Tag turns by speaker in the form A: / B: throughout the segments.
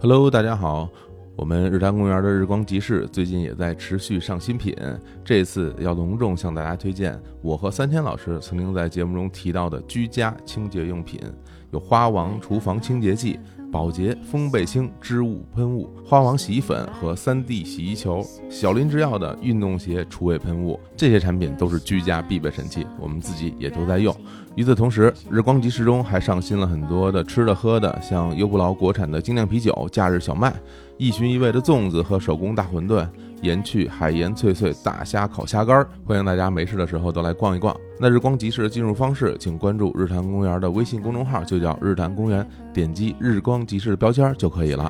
A: Hello，大家好，我们日坛公园的日光集市最近也在持续上新品，这次要隆重向大家推荐我和三千老师曾经在节目中提到的居家清洁用品，有花王厨房清洁剂、宝洁风贝清织物喷雾、花王洗衣粉和三 D 洗衣球、小林制药的运动鞋除味喷雾，这些产品都是居家必备神器，我们自己也都在用。与此同时，日光集市中还上新了很多的吃的喝的，像优布劳国产的精酿啤酒、假日小麦、一寻一味的粽子和手工大馄饨，盐趣海盐脆脆大虾烤虾干儿。欢迎大家没事的时候都来逛一逛。那日光集市的进入方式，请关注日坛公园的微信公众号，就叫日坛公园，点击日光集市的标签儿就可以了。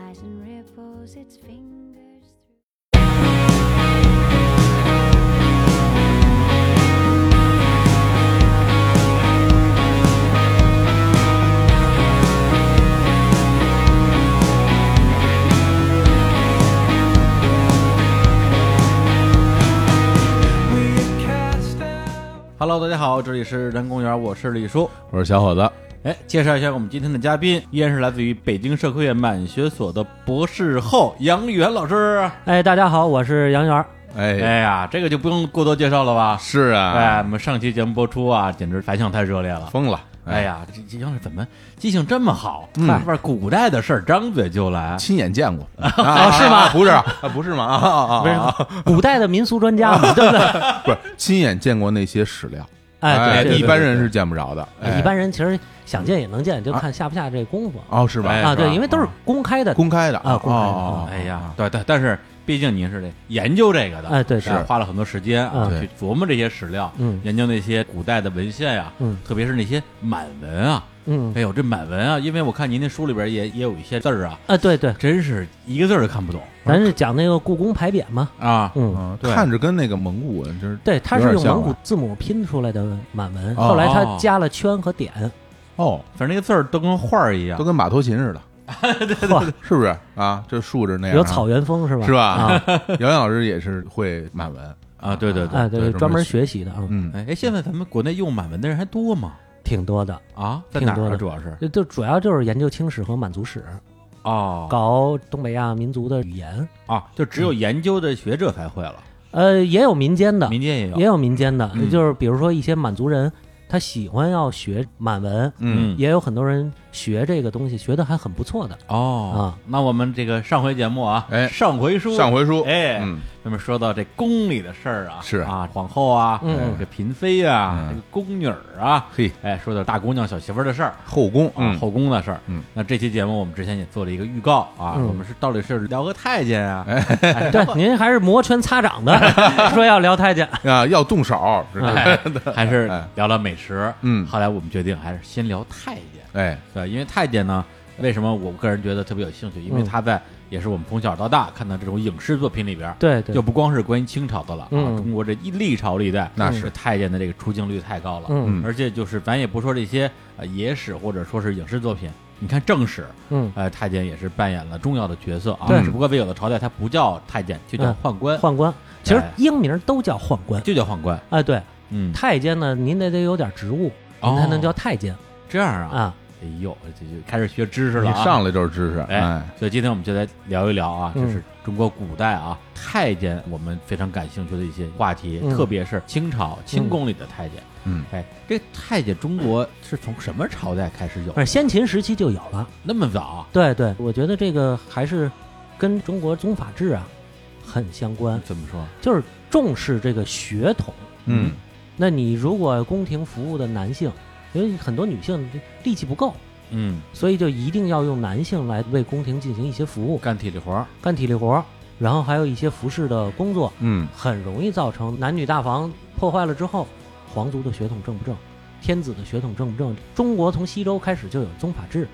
B: Hello，大家好，这里是人公园，我是李叔。
A: 我是小伙子，
B: 哎，介绍一下我们今天的嘉宾，依然是来自于北京社科院满学所的博士后杨元老师。
C: 哎，大家好，我是杨元儿。
A: 哎，
B: 哎呀，这个就不用过多介绍了吧？
A: 是啊，
B: 哎，我们上期节目播出啊，简直反响太热烈了。
A: 疯了，
B: 哎，呀，这这杨老师怎么记性这么好？
A: 啊嗯
B: 那边古代的事儿张嘴就来。
A: 亲眼见过啊？是吗？不是啊，不是吗？啊啊
C: 不是、 古代的民俗专 家嘛，对不对？
A: 不是亲眼见过那些史料，
C: 哎，对对
A: 一
C: 对
A: 般人哎是见不着的，
C: 一般人其实想见也能见，就看下不下这功夫
A: 哦，是吧？
B: 哎
C: 啊。
B: 是吧
C: 对，因为都是公开的。
A: 公开的
C: 啊公开的
A: 哦啊
B: 哎呀，对对，但是毕竟您是这研究这个的，
C: 哎对
B: 是吧
A: 是
B: 花了很多时间啊，
A: 嗯
B: 去琢磨这些史料，
C: 嗯
B: 研究那些古代的文献呀、
C: 嗯
B: 特别是那些满文啊，
C: 嗯
B: 哎呦，这满文啊，因为我看您那书里边也也有一些字儿啊，
C: 啊，对对，
B: 真是一个字儿都看不懂
C: 咱是讲那个故宫牌匾嘛。
B: 啊。
C: 嗯，
A: 嗯，
B: 对
A: 看着跟那个蒙古文就是
C: 对，它
A: 有
C: 是
A: 点
C: 用
A: 像
C: 蒙古
A: 啊
C: 字母拼出来的满文，
A: 哦
C: 后来它加了圈 和点。
A: 哦，
B: 反正那个字儿都跟画儿一样
A: 都，跟马头琴似的，
C: 嚯，
A: 是不是啊？这竖着那样啊
C: 有草原风是吧？
A: 是吧
C: 啊，
A: 杨洋老师也是会满文，
B: 啊，对对对，
C: 哎，
A: 对
C: 对，专门学习的啊，
A: 嗯，
B: 哎哎，现在咱们国内用满文的人还多吗？
C: 挺多的。
B: 啊，在哪
C: 挺
B: 儿
C: 多的
B: 啊？主要是
C: 就就主要就是研究清史和满族史，
B: 哦
C: 搞东北亚民族的语言。
B: 啊，就只有
A: 嗯
B: 研究的学者才会了，
C: 呃，也有民间的，
B: 民间也有，
C: 也有民间的，
B: 嗯
C: 就是比如说一些满族人，他喜欢要学满文，
A: 嗯，
C: 也有很多人学这个东西，学的还很不错 的。
B: 哦
C: 啊，
B: 那我们这个上回节目啊，
A: 哎
B: 上回书，
A: 上回书，
B: 哎，
A: 嗯，
B: 那么说到这宫里的事儿啊，
A: 是
B: 啊，皇后啊，
C: 嗯
B: 这嫔妃啊，
A: 嗯
B: 这个宫女儿啊，
A: 嘿，
B: 哎，说到大姑娘小媳妇儿的事儿。
A: 后宫
B: 啊，
A: 嗯
B: 后宫的事儿。
A: 嗯，
B: 那这期节目我们之前也做了一个预告啊，
C: 嗯
B: 我们是到底是聊个太监啊，哎
C: 对，您还是摩拳擦掌 的说要聊太监，
A: 啊，要动手，是吧
B: 哎还是聊聊美食。
A: 嗯
B: 后来我们决定还是先聊太监，
A: 哎，
B: 对，因为太监呢，为什么我个人觉得特别有兴趣？因为
C: 嗯
B: 他在也是我们从小到大看到这种影视作品里边，
C: 对对
B: 就，不光是关于清朝的了啊，
C: 嗯
B: 中国这一历朝历代，
A: 那
B: 是太监的这个出镜率太高了。
C: 嗯
B: 而且就是咱也不说这些呃野史或者说是影视作品，你看正史，
C: 嗯，
B: 呃，太监也是扮演了重要的角色啊。
C: 对嗯
B: 只不过在有的朝代它不叫太监，就叫宦官，
C: 宦官其实
B: 哎
C: 英名都叫宦官。
B: 就叫宦官。
C: 哎，对，
B: 嗯，
C: 太监呢，您得得有点职务，您才能叫太监
B: 这样哦啊。
C: 啊。
B: 哎呦，这就开始学知识
A: 你
B: 了啊。
A: 上来就是知识，
B: 哎
A: 哎，，
B: 所以今天我们就来聊一聊啊，
C: 嗯
B: 就是中国古代啊太监，我们非常感兴趣的一些话题，
C: 嗯
B: 特别是清朝清宫里的太监。
A: 嗯，
B: 哎，这太监中国是从什么朝代开始有？
C: 而先秦时期就有了。
B: 那么早？
C: 对对，我觉得这个还是跟中国宗法制啊很相关，
B: 怎么说？
C: 就是重视这个血统。
A: 嗯，
C: 那你如果宫廷服务的男性，因为很多女性力气不够，
B: 嗯，
C: 所以就一定要用男性来为宫廷进行一些服务，
B: 干体力活儿。
C: 干体力活儿，然后还有一些服饰的工作，
A: 嗯，
C: 很容易造成男女大防破坏了之后，皇族的血统正不正，天子的血统正不正？中国从西周开始就有宗法制，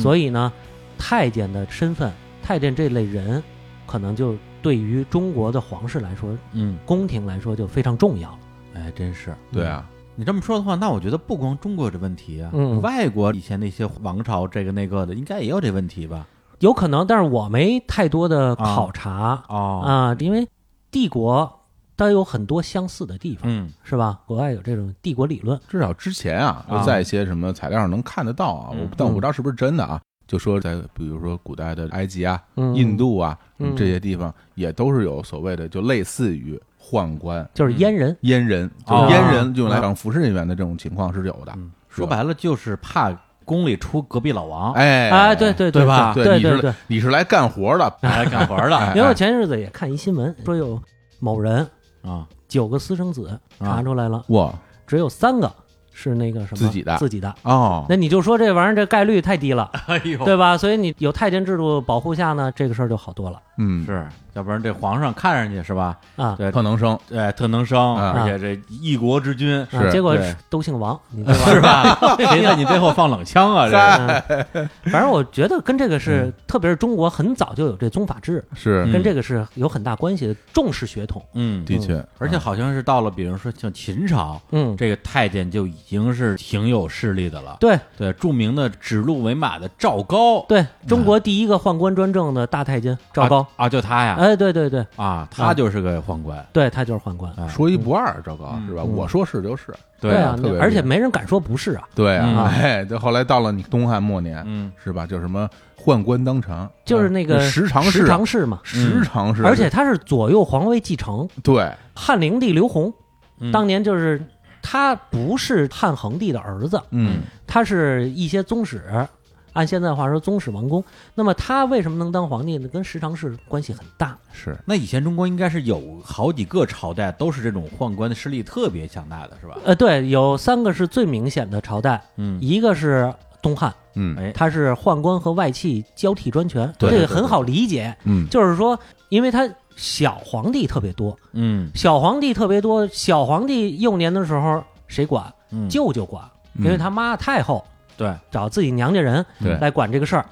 C: 所
B: 以，
C: 以呢，太监的身份，太监这类人，可能就对于中国的皇室来说，
B: 嗯，
C: 宫廷来说就非常重要了。
B: 哎，真是。
A: 对啊，
B: 你这么说的话，那我觉得不光中国有这问题啊，
C: 嗯
B: 外国以前那些王朝这个那个的，应该也有这问题吧？
C: 有可能，但是我没太多的考察啊、
B: 哦，
C: 因为帝国它有很多相似的地方，
B: 嗯
C: 是吧？国外有这种帝国理论，
A: 至少之前啊，
B: 啊
A: 在一些什么材料上能看得到啊，
B: 嗯
A: 我但我不知道是不是真的啊。
D: 就说在比如说古代的埃及啊、
C: 嗯
D: 印度啊、
C: 嗯
D: 这些地方，也都是有所谓的，就类似于宦官、
C: 就是阉人，
D: 阉人，就
B: 哦
D: 阉人用来当服侍人员的这种情况是有的。
B: 嗯
D: 是吧
B: 说白了就是怕宫里出隔壁老王，
D: 哎
C: 哎，对对
B: 对吧
D: 对，
C: 对
D: 你是
C: 对。
D: 你是来干活的，
B: 来干活 的
D: 哎
C: 因为我前日子也看一新闻，说有某人
B: 啊，
C: 九个私生
D: 啊
C: 子查出来了，
D: 哇
C: 只有三个是那个什么
D: 自己的
C: 自己的。
D: 哦，
C: 那你就说这玩意儿这概率太低了，
B: 哎呦，
C: 对吧？所以你有太监制度保护下呢，这个事儿就好多了
D: 嗯，
B: 是，要不然这皇上看上去是吧？
C: 啊。
B: 对
D: 特能生，
B: 对，特能生，
D: 啊
B: 而且这一国之君
D: 是
C: 啊结果
B: 对
C: 都姓王，你知道吧？
B: 是吧？ 谁在你背后放冷枪啊？这 是
C: 嗯 反正我觉得跟这个是，特别是中国很早就有这宗法制，
D: 是
B: 嗯
C: 跟这个是有很大关系的，重视血统。
B: 嗯，
D: 的确，
B: 而且好像是到了，比如说像秦朝，
C: 嗯，
B: 这个太监就已经是挺有势力的了。
C: 对
B: 对，著名的指鹿为马的赵高，
C: 对，中国第一个宦官专政的大太监赵高，
B: 啊，就他呀，
C: 哎，对对对
B: 啊，他就是个宦官，
C: 对，他就是宦官。
B: 哎
D: 说一不二，赵高
B: 嗯
D: 是吧？
C: 啊嗯
D: 我说是就是，
B: 对
C: 啊
D: 特别，
C: 而且
D: 厉害
C: 没人敢说不是啊，
D: 对啊，
B: 嗯
D: 哎，对，后来到了你东汉末年，
B: 嗯，
D: 是吧？就什么宦官当常，
A: 啊
C: 就是那个
D: 十常侍
C: 十，常侍嘛。
D: 十常侍，
C: 而且他是左右皇位继承，
D: 对，
C: 汉灵帝刘宏
B: 嗯
C: 当年就是他不是汉恒帝的儿子，
D: 嗯
C: 他是一些宗室，按现在话说宗室王公。那么他为什么能当皇帝呢？跟十常侍关系很大。
D: 是，
B: 那以前中国应该是有好几个朝代都是这种宦官的势力特别强大的，是吧？
C: 呃，对，有三个是最明显的朝代，
B: 嗯，
C: 一个是东汉，
D: 嗯
B: 哎
C: 它是宦官和外戚交替专权，
D: 对
C: 这
D: 对
C: 个
D: 对
C: 很好理解，
D: 嗯，
C: 就是说，因为他小皇帝特别多，
B: 嗯
C: 小皇帝特别多，小皇帝幼年的时候谁管？
B: 嗯，
C: 舅舅管，因为他妈太后
B: 对，
C: 找自己娘家人
D: 对
C: 来管这个事儿，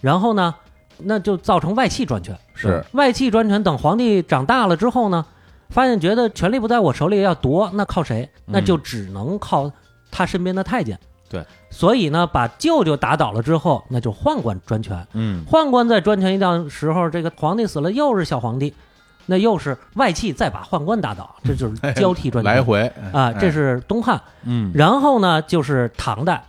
C: 然后呢，那就造成外戚专权。
D: 是
C: 外戚专权，等皇帝长大了之后呢，发现觉得权力不在我手里，要夺，那靠谁？那就只能靠他身边的太监。
B: 嗯对，
C: 所以呢，把舅舅打倒了之后，那就宦官专权。
B: 嗯
C: 宦官在专权一段时候，这个皇帝死了，又是小皇帝，那又是外戚再把宦官打 倒，这就是交替专权。
D: 来回哎
C: 啊，这是东汉。
B: 嗯，
C: 然后呢，就是唐代，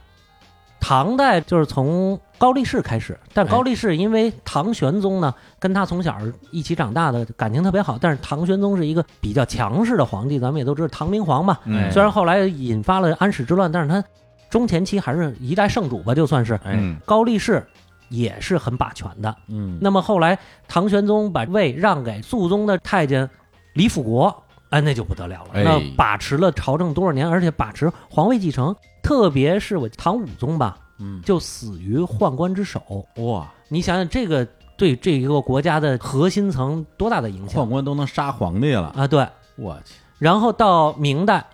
C: 唐代就是从高力士开始，但
B: 哎
C: 高力士因为唐玄宗呢跟他从小一起长大的感情特别好，但是唐玄宗是一个比较强势的皇帝，咱们也都知道唐明皇嘛，
D: 嗯
B: 哎
C: 虽然后来引发了安史之乱，但是他中前期还是一代圣主吧，就算是
B: 哎，
D: 嗯
C: 高力士。也是很把权的。
B: 嗯，
C: 那么后来唐玄宗把位让给肃宗的太监李辅国，哎，那就不得了了，
D: 哎
C: 那把持了朝政多少年，而且把持皇位继承，特别是我唐武宗吧，
B: 嗯，
C: 就死于宦官之手。
B: 哇，
C: 你想想，这个对这一个国家的核心层多大的影响
B: 宦官都能杀皇帝了，
C: 啊？对。
B: 我去，
C: 然后到明代，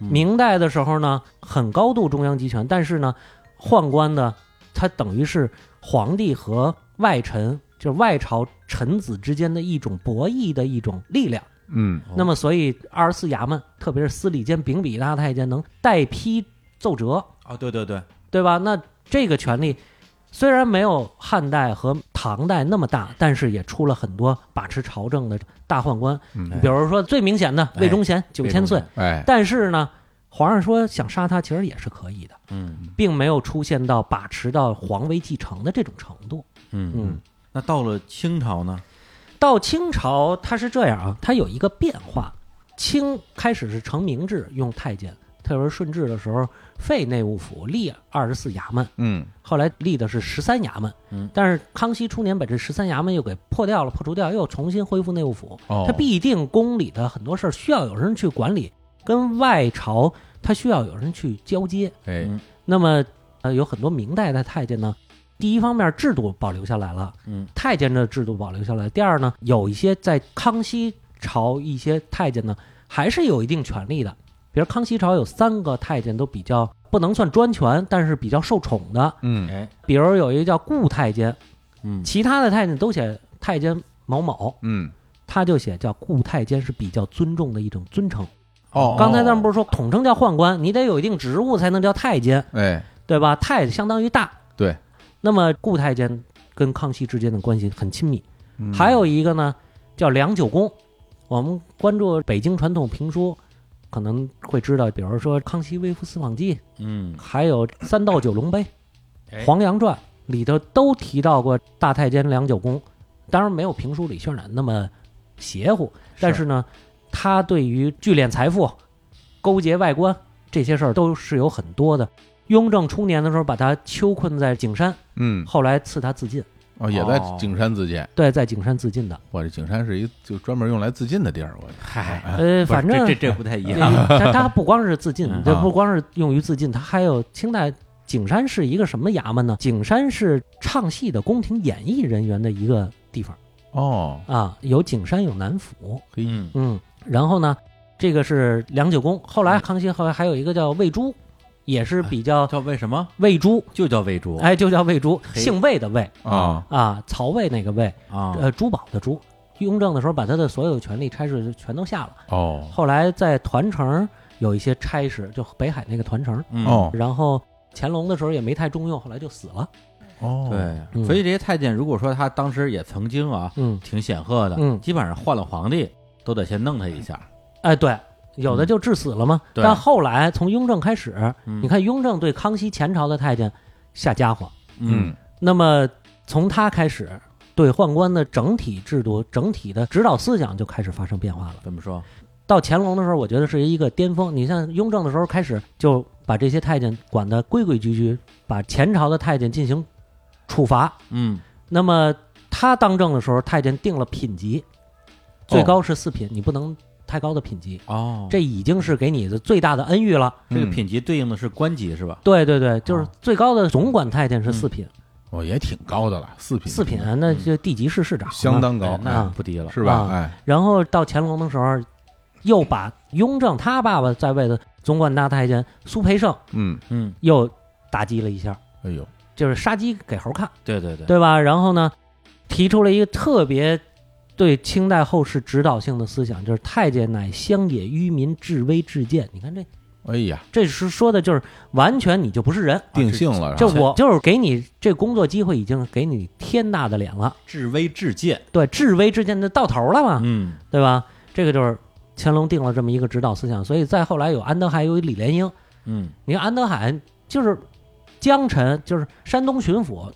B: 嗯
C: 明代的时候呢，很高度中央集权，但是呢，宦官呢，他等于是皇帝和外臣，就是外朝臣子之间的一种博弈的一种力量。
D: 嗯
B: 哦
C: 那么，所以二十四衙门，特别是司礼监、秉笔大太监，能代批奏折，
B: 哦，对对对，
C: 对吧？那这个权力虽然没有汉代和唐代那么大，但是也出了很多把持朝政的大宦官，
D: 嗯
B: 哎，
C: 比如说最明显的魏忠贤九
B: 魏
C: 千
B: 忠
C: 岁
B: 贤，
D: 哎，
C: 但是呢，皇上说想杀他其实也是可以的，
B: 嗯
C: 并没有出现到把持到皇位继承的这种程度。
B: 嗯
C: 嗯，
B: 那到了清朝呢？
C: 到清朝它是这样啊，它有一个变化，清开始是成明制用太监，特别是顺治的时候废内务府，立二十四衙门。
D: 嗯
C: 后来立的是十三衙门，
B: 嗯
C: 但是康熙初年把这十三衙门又给破掉了，破除掉，又重新恢复内务府。
D: 哦
C: 它必定宫里的很多事儿需要有人去管理，跟外朝它需要有人去交接。
D: 哎
B: 嗯
C: 那么，呃，有很多明代的太监呢，第一方面制度保留下来了，
B: 嗯
C: 太监的制度保留下来；第二呢，有一些在康熙朝一些太监呢，还是有一定权力的。比如康熙朝有三个太监都比较不能算专权，但是比较受宠的，
D: 嗯
B: 哎
C: 比如有一个叫顾太监，
B: 嗯
C: 其他的太监都写太监某某，
D: 嗯
C: 他就写叫顾太监是比较尊重的一种尊称。
D: 哦，
C: 刚才咱们不是说统称叫宦官，你得有一定职务才能叫太监，
D: 哎
C: 对吧？太相当于大。
D: 对。
C: 那么顾太监跟康熙之间的关系很亲密。
D: 嗯
C: 还有一个呢，叫梁九公。我们关注北京传统评书，可能会知道，比如说《康熙微服私访记》，
B: 嗯
C: 还有《三道九龙杯
B: 哎》
C: 《黄羊传》里头都提到过大太监梁九公，当然没有评书李渲染那么邪乎，但是呢，他对于聚敛财富、勾结外官这些事儿都是有很多的。雍正初年的时候，把他囚困在景山，
D: 嗯，
C: 后来赐他自尽。
D: 哦，也在
B: 哦
D: 景山自尽。
C: 对，在景山自尽
B: 啊
C: 的。
D: 我这景山是一就专门用来自尽的地儿，我
B: 嗨，
C: 呃，
B: 哎不是
C: 反正
B: 这这这不太一样，
C: 呃他他不光是自尽
B: 嗯，
C: 这不光是用于自尽，他还有清代景山是一个什么衙门呢？景山是唱戏的宫廷演艺人员的一个地方
D: 哦，
C: 啊，有景山，有南府，
D: 嘿，
B: 嗯，
C: 嗯，然后呢，这个是梁九公，后
B: 嗯
C: 来康熙后来还有一个叫魏珠，也
B: 哎
C: 是比较
B: 叫为什么
C: 魏珠，
B: 就叫为主
C: 哎，就叫魏珠，
B: 哦嘿
C: 姓魏的魏
D: 啊，
C: 啊，曹魏那个魏，
B: 啊？
C: 呃，珠宝的珠。雍正的时候，把他的所有权力差事全都下了。
D: 哦，
C: 后来在团城有一些差事，就北海那个团城。
B: 嗯，
D: 哦，
C: 然后乾隆的时候也没太中用，后来就死了。
D: 哦，，
B: 对，
C: 嗯
B: 所以这些太监如果说他当时也曾经啊
C: 嗯，
B: 挺显赫的，
C: 嗯
B: 基本上换了皇帝都得先弄他一下，
C: 哎，对，有的就致死了嘛。
B: 嗯对
C: 但后来从雍正开始，
B: 嗯
C: 你看雍正对康熙前朝的太监下家伙，
B: 嗯，
C: 那么从他开始，对宦官的整体制度、整体的指导思想就开始发生变化了。
B: 怎么说？
C: 到乾隆的时候，我觉得是一个巅峰。你像雍正的时候开始，就把这些太监管得规规矩矩，把前朝的太监进行处罚。
B: 嗯，
C: 那么他当政的时候，太监定了品级，最高是四品，你不能太高的品级，
B: 哦，
C: 这已经是给你的最大的恩遇了。
D: 嗯
B: 这个品级对应的是官级是吧？
C: 对对对，就是最高的总管太监是四品，
D: 哦也挺高的了，四品，
C: 嗯四品嗯那就地级市市长嘛，
D: 相当高
B: 哎，那不低了，
D: 是吧？
C: 啊
D: 哎，
C: 然后到乾隆的时候，又把雍正他爸爸在位的总管大太监苏培盛
D: 嗯，
B: 嗯，
C: 又打击了一下，
D: 哎呦，
C: 就是杀鸡给猴看，
B: 对对对，
C: 对吧？然后呢，提出了一个特别对清代后世指导性的思想，就是太监乃乡野愚民治威治贱。你看这，
D: 哎呀，
C: 这是说的就是完全你就不是人。
A: 啊
D: 定性了，
C: 啊这
D: 是吧
C: 我就是给你这工作机会，已经给你天大的脸了，
B: 至微至贱，
C: 对，治威治贱就到头了嘛。
B: 嗯，
C: 对吧？这个就是乾隆定了这么一个指导思想，所以再后来有安德海，有李莲英。
B: 嗯，
C: 你看安德海就是江臣，就是山东巡抚，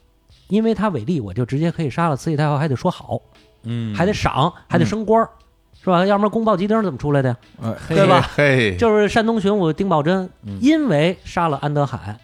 C: 因为他违例，我就直接可以杀了慈禧太后，还得说好，
B: 嗯，
C: 还得赏，还得升官儿，是吧？要不然宫爆鸡丁怎么出来的呀？
D: 哎
B: 对吧
D: 嘿，
C: 就是山东巡抚丁宝桢
B: 嗯，
C: 因为杀了安德海，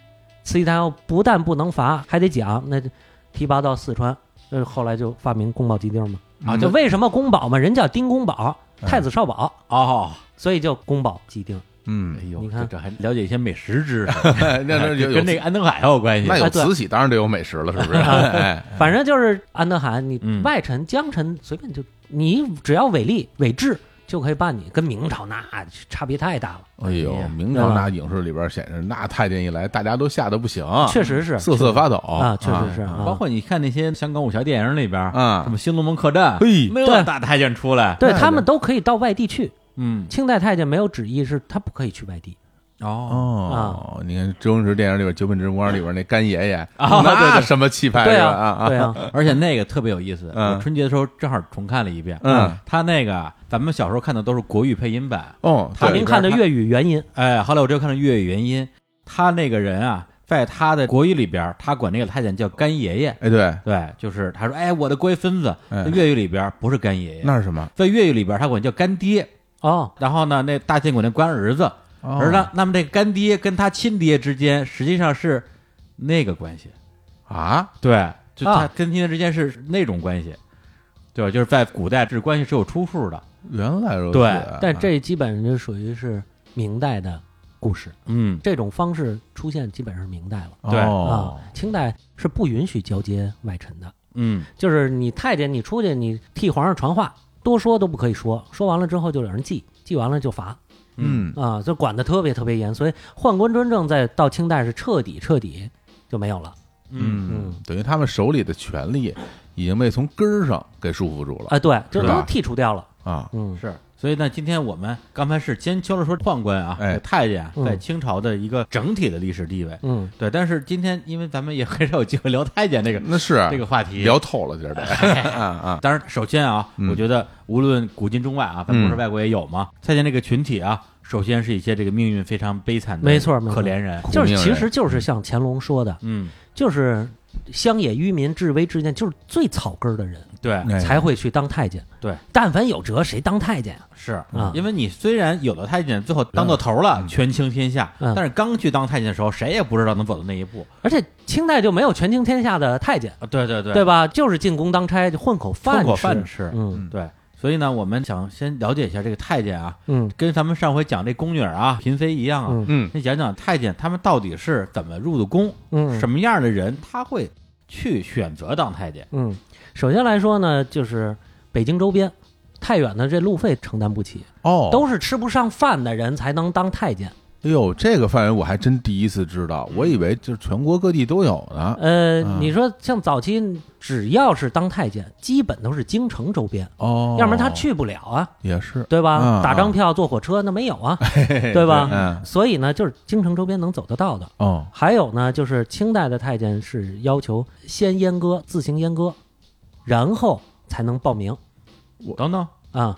C: 慈禧太后不但不能罚，还得奖，那就提拔到四川。呃，后来就发明宫保鸡丁嘛，
B: 啊
D: 嗯
C: 就为什么宫保嘛，人叫丁公保，
B: 嗯
C: 太子少保，
B: 哦，
C: 所以叫宫保鸡丁。
D: 嗯
B: 哎， 呦，
C: 你看
B: 这这还了解一些美食知识， 哎
D: 那那有有
B: 跟那个安德海还有关系啊
D: 那。有
C: 哎对
D: 慈禧，当然得有美食了，是不 是？哎，
C: 反正就是安德海，你
B: 嗯
C: 外臣、江臣随便就，你只要违例违制就可以办你，跟明朝那差别太大了，
D: 哎呦
B: 哎呀，
D: 明朝
C: 对吧
D: 那影视里边显示，那太监一来，大家都吓得不行，
C: 确实是
D: 瑟瑟发抖
C: 啊，确实是啊，
B: 啊嗯包括你看那些香港武侠电影里边，
D: 啊
B: 什么《新龙门客栈》，
D: 嘿
B: 没有
C: 对
B: 大太监出来，
C: 对
D: 那
C: 他
D: 个
C: 们都可以到外地去。
B: 嗯，
C: 清代太监没有旨意是他不可以去外地，
B: 哦，
D: 哦，你看周星驰电影里边《九品芝麻官》里边那干爷 爷，
B: 啊对对
D: 那
B: 对
D: 什么气派
C: 对
D: 是吧
C: 啊，
D: 啊
C: 对
D: 啊，
C: 啊，
B: 而且那个特别有意思，
D: 嗯
B: 我春节的时候正好重看了一遍，
D: 嗯，
B: 他那个咱们小时候看的都是国语配音版，
D: 哦，
B: 他
C: 他
D: 对
C: 您看的粤语 原音，
B: 哎，后来我就看了粤语原音，他那个人啊，在他的国语里边，他管那个太监叫干爷爷，
D: 哎对，
B: 对，就是他说，哎，我的乖孙子，
D: 哎
B: 在粤语里边不是干爷爷，
D: 那是什么？
B: 在粤语里边他管叫干爹，
C: 哦，
B: 然后呢，那大监管那干儿子，
D: 哦
B: 而那那么这个干爹跟他亲爹之间实际上是那个关系，
D: 啊，
B: 对，就他
C: 啊
B: 跟亲爹之间是那种关系，对吧？就是在古代这关系是有出处的，
D: 原来如此。
B: 对
D: 啊
C: 但这基本就属于是明代的故事，
B: 嗯，
C: 这种方式出现基本是明代了
B: 对
D: 哦
C: 啊，，清代是不允许交接外臣的。
B: 嗯，
C: 就是你太监，你出去你替皇上传话，多说都不可以说，说完了之后就有人记，记完了就罚
D: 嗯
C: 啊，就管得特别特别严。所以宦官专政在到清代是彻底彻底就没有了
B: 嗯
C: 嗯，
D: 等于他们手里的权力已经被从根儿上给束缚住了
C: 啊，对，就是都
D: 吧
C: 剔除掉了。
D: 啊。
C: 嗯，
B: 是。所以呢，今天我们刚才是先敲了说宦官啊，
D: 哎
B: 太监啊
C: 嗯
B: 在清朝的一个整体的历史地位，
C: 嗯，
B: 对。但是今天因为咱们也很少有机会聊太监 这个
D: 那
C: 啊
D: 是
B: 这个话题，
D: 聊透了，今儿得啊啊，
B: 当然，首先啊，
D: 嗯
B: 我觉得无论古今中外啊，咱
C: 嗯
B: 不是外国也有嘛，太监这个群体啊，首先是一些这个命运非常悲惨的，
C: 没错没错
B: 可怜人，
D: 苦
C: 就是
D: 命
C: 其
D: 人
C: 实就是像乾隆说的，
B: 嗯
C: 就是乡野愚民、治为知见，就是最草根儿的人
B: 对，
A: 哎
C: 才会去当太监。
B: 对，
C: 但凡有辙，谁当太监啊？
B: 是
C: 嗯
B: 因为你虽然有了太监，最后当到头了，权倾天下，
C: 嗯
B: 但是刚去当太监的时候，谁也不知道能走到那一步
C: 而且清代就没有权倾天下的太监，
B: 啊！对对对
C: 对吧？就是进宫当差，就混口饭
B: 混
C: 吃。
B: 口饭吃，
C: 嗯
B: 对。所以呢，我们想先了解一下这个太监啊，
C: 嗯
B: 跟咱们上回讲这宫女儿啊、嫔妃一样啊，
C: 嗯
D: 嗯
B: 先讲讲太监他们到底是怎么入的宫，
C: 嗯，
B: 什么样的人他会去选择当太监？
C: 嗯，首先来说呢，就是北京周边。太远的这路费承担不起，
A: 哦，
C: 都是吃不上饭的人才能当太监。
A: 哎呦，这个范围我还真第一次知道，我以为就是全国各地都有呢。
C: 呃，
A: 嗯
C: 你说像早期只要是当太监，基本都是京城周边，
A: 哦，
C: 要不然他去不了啊，
A: 也是，
C: 对吧？
A: 嗯
C: 打张票坐火车那没有 啊，对吧？
A: 嗯，
C: 所以呢，就是京城周边能走得到的。
A: 哦，
C: 还有呢，就是清代的太监是要求先阉割，自行阉割，然后才能报名
B: 等等，
C: 啊。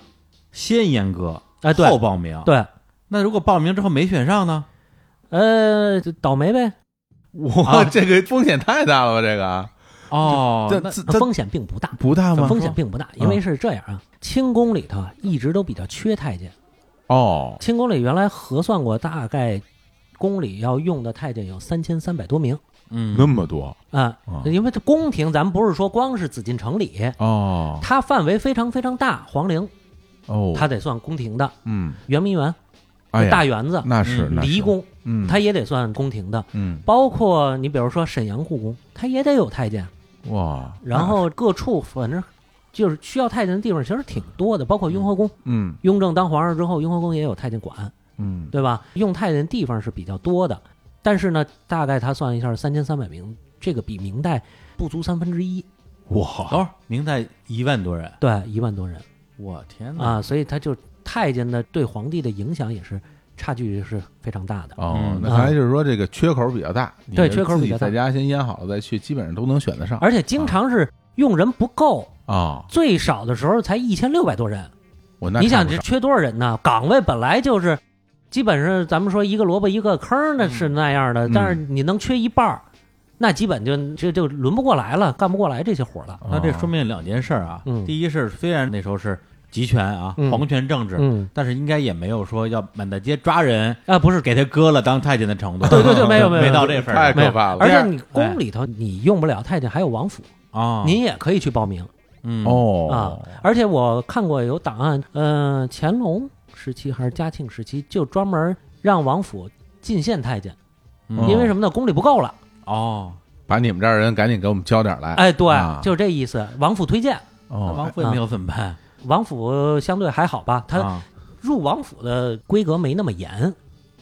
B: 先阉割，
C: 哎对
B: 后报名。，
C: 对，
B: 那如果报名之后没选上呢？
C: 呃，就倒霉呗，
A: 哇，这个风险太大了吧？这个，啊
B: 哦，
A: 这
B: 那
A: 这这
C: 风险并不大，
A: 不大吗？
C: 风险并不大，因为
A: 嗯
C: 是这样啊，清宫里头啊一直都比较缺太监。
A: 哦，
C: 清宫里原来核算过，大概宫里要用的太监有三千三百多名
B: 嗯，
A: 那么多
C: 啊、
A: 哦
C: 因为这宫廷，咱们不是说光是紫禁城里，
A: 哦
C: 它范围非常非常大，皇陵
A: 哦，
C: 它得算宫廷的，
A: 嗯，
C: 圆明园、
A: 哎呀
C: 大园子、
A: 那是
B: 嗯
A: 那是
C: 离，宫，
A: 嗯，
C: 它也得算宫廷的。
A: 嗯
C: 包括你比如说沈阳故宫，它也得有太监，
A: 哇，
C: 然后各处反正就是需要太监的地方其实挺多的，包括雍和宫，
A: 嗯
C: 雍正当皇上之后，雍和宫也有太监管，
A: 嗯
C: 对吧？用太监地方是比较多的，但是呢，大概他算一下三千三百名，这个比明代不足三分之一，啊
A: 哇，
B: 等会儿明代一万多人，
C: 对，一万多人
B: 我天哪！
A: 嗯
C: 啊，所以他就太监的对皇帝的影响也是差距是非常大的。
A: 哦
B: 嗯，
A: 那
C: 嗯
A: 看来就是说这个缺口比较大，你
C: 对
A: 是
C: 缺口
A: 自
C: 比
A: 己
C: 较大
A: 在家先腌好了再去，基本上都能选得上
C: 而且经常是用人不够，
A: 啊。
C: 最少的时候才一千六百多人。
A: 我那
C: 你想
A: 看不
C: 这
A: 上
C: 缺多少人呢？岗位本来就是，基本上咱们说一个萝卜一个坑儿，那是那样的。
A: 嗯
C: 但是你能缺一半儿，那基本就就就轮不过来了，干不过来这些活儿了。
B: 那这
A: 哦
B: 说明两件事儿啊
C: 嗯，
B: 第一是虽然那时候是集权啊，
C: 嗯
B: 皇权政治，
C: 嗯
B: 但是应该也没有说要满大街抓人，
C: 啊，不是
B: 给他割了当太监的程度。
C: 啊对对对没有没有
B: 没到这份
D: 太
B: 儿上
D: 可怕了
C: 而
B: 这
C: 且
B: 样
C: 你宫里头你用不了太监，还有王府，
B: 啊。
C: 您也可以去报名
B: 嗯
A: 哦
C: 啊。而且我看过有档案，嗯，乾隆时期还是嘉庆时期，就专门让王府进献太监，
B: 嗯
C: 因为什么呢？宫里不够了。
B: 哦，
A: 把你们这儿人赶紧给我们交点儿来。
C: 哎，对
A: 啊，
C: 就这意思。王府推荐，
B: 那
A: 哦
B: 王府也没有怎么办？
C: 王府相对还好吧，啊他
B: 啊
C: 入王府的规格没那么严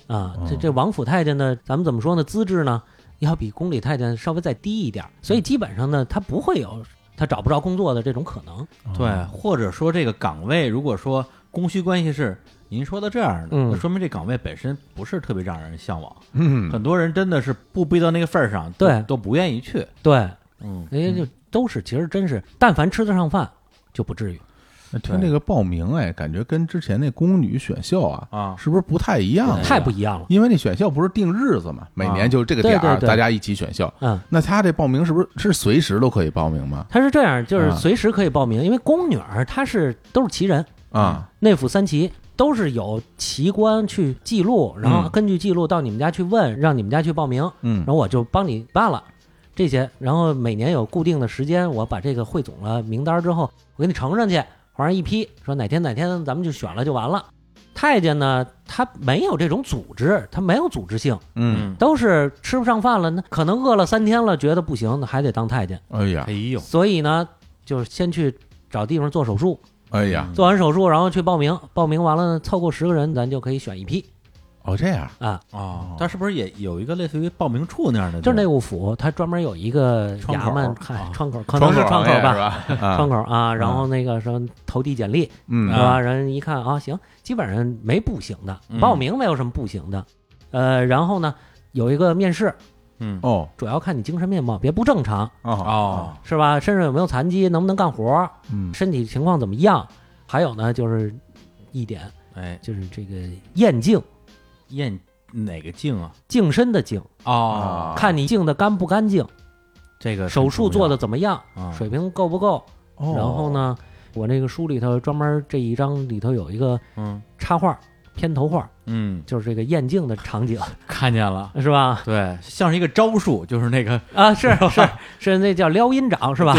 C: 啊。这
A: 哦
C: 这王府太监呢，咱们怎么说呢？资质呢，要比宫里太监稍微再低一点儿，所以基本上呢，他不会有他找不着工作的这种可能。啊
B: 对，或者说这个岗位，如果说供需关系是您说的这样的，
C: 嗯
B: 那说明这岗位本身不是特别让人向往，
A: 嗯
B: 很多人真的是不逼到那个份儿上，都
C: 对
B: 都不愿意去。
C: 对，
B: 嗯，
C: 人哎家就都是，其实真是，但凡吃得上饭，就不至于。
A: 那听这个报名，哎，感觉跟之前那宫女选秀啊，
B: 啊
A: 是不是不太一样？
C: 太不一样了。
A: 因为那选秀不是定日子嘛，每年就这个点
C: 对
A: 儿
C: 对对
A: 大家一起选秀。
C: 嗯，
A: 那他这报名是不是是随时都可以报名吗？
C: 他是这样，就是
A: 啊
C: 随时可以报名，因为宫女儿她是都是旗人，
A: 啊，
C: 内府三旗都是有旗官去记录，然后
A: 嗯
C: 根据记录到你们家去问，让你们家去报名，
A: 嗯
C: 然，后我就帮你办了这些。然后每年有固定的时间，我把这个汇总了名单之后，我给你呈上去，皇上一批，说哪天哪天咱们就选了就完了。太监呢，他没有这种组织，他没有组织性，
A: 嗯，
C: 都是吃不上饭了，那可能饿了三天了，觉得不行，那还得当太监，
A: 哎呀
B: 哎，呦，
C: 所以呢，就是先去找地方做手术，
A: 哎呀，
C: 做完手术，然后去报名，报名完了呢，凑够十个人，咱就可以选一批
A: 哦这 样，
C: 啊。
B: 哦，但是不是也有一个类似于报名处那样的地
C: 就
B: 儿？
C: 是内务府，它专门有一个
B: 窗口
C: 衙门，
B: 啊
C: 嗨，窗口可能是窗口
A: 哎
C: 吧，
A: 是吧？啊，
C: 窗口啊。然后那个什么投递简历
A: 嗯
C: 是
B: 啊
C: 吧？人一看啊，行，基本上没不行的
B: 嗯，
C: 报名没有什么不行的。呃，然后呢，有一个面试，
B: 嗯
A: 哦
C: 主要看你精神面貌，别不正常
A: 哦，
B: 哦，
C: 是吧？身上有没有残疾，能不能干活，
A: 嗯，
C: 身体情况怎么样？还有呢，就是一点
B: 哎，
C: 就是这个验镜，
B: 验哪个镜啊？
C: 净身的净，
A: 啊
B: 哦
C: 看你净的干不干净。
B: 这个
C: 手术做
B: 的
C: 的怎么样，
B: 嗯
C: 水平够不够。
A: 哦
C: 然后？呢，我那个书里头专门这一章里头有一个
B: 嗯
C: 插画片头画，
B: 嗯，
C: 就是这个验镜的场 景，
B: 看见了，
C: 是吧？
B: 对，像是一个招数，就是那个
C: 啊，是是是，那叫撩阴掌是吧？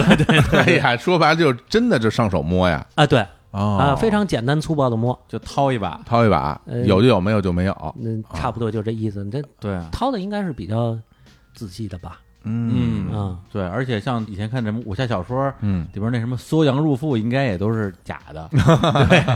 A: 哎呀，说白了就是真的就上手摸呀，
C: 啊，对
A: 啊
C: 啊，非常简单粗暴的摸，
B: 就掏一把，
A: 掏一把，
C: 呃
A: 有就有，没有就没有。
C: 嗯，差不多就这意思。你这
B: 对
C: 掏的应该是比较仔细的吧？
B: 嗯
C: 嗯，
B: 对，而且像以前看什么武侠小说
A: 嗯，
B: 里边那什么缩阳入腹，应该也都是假的，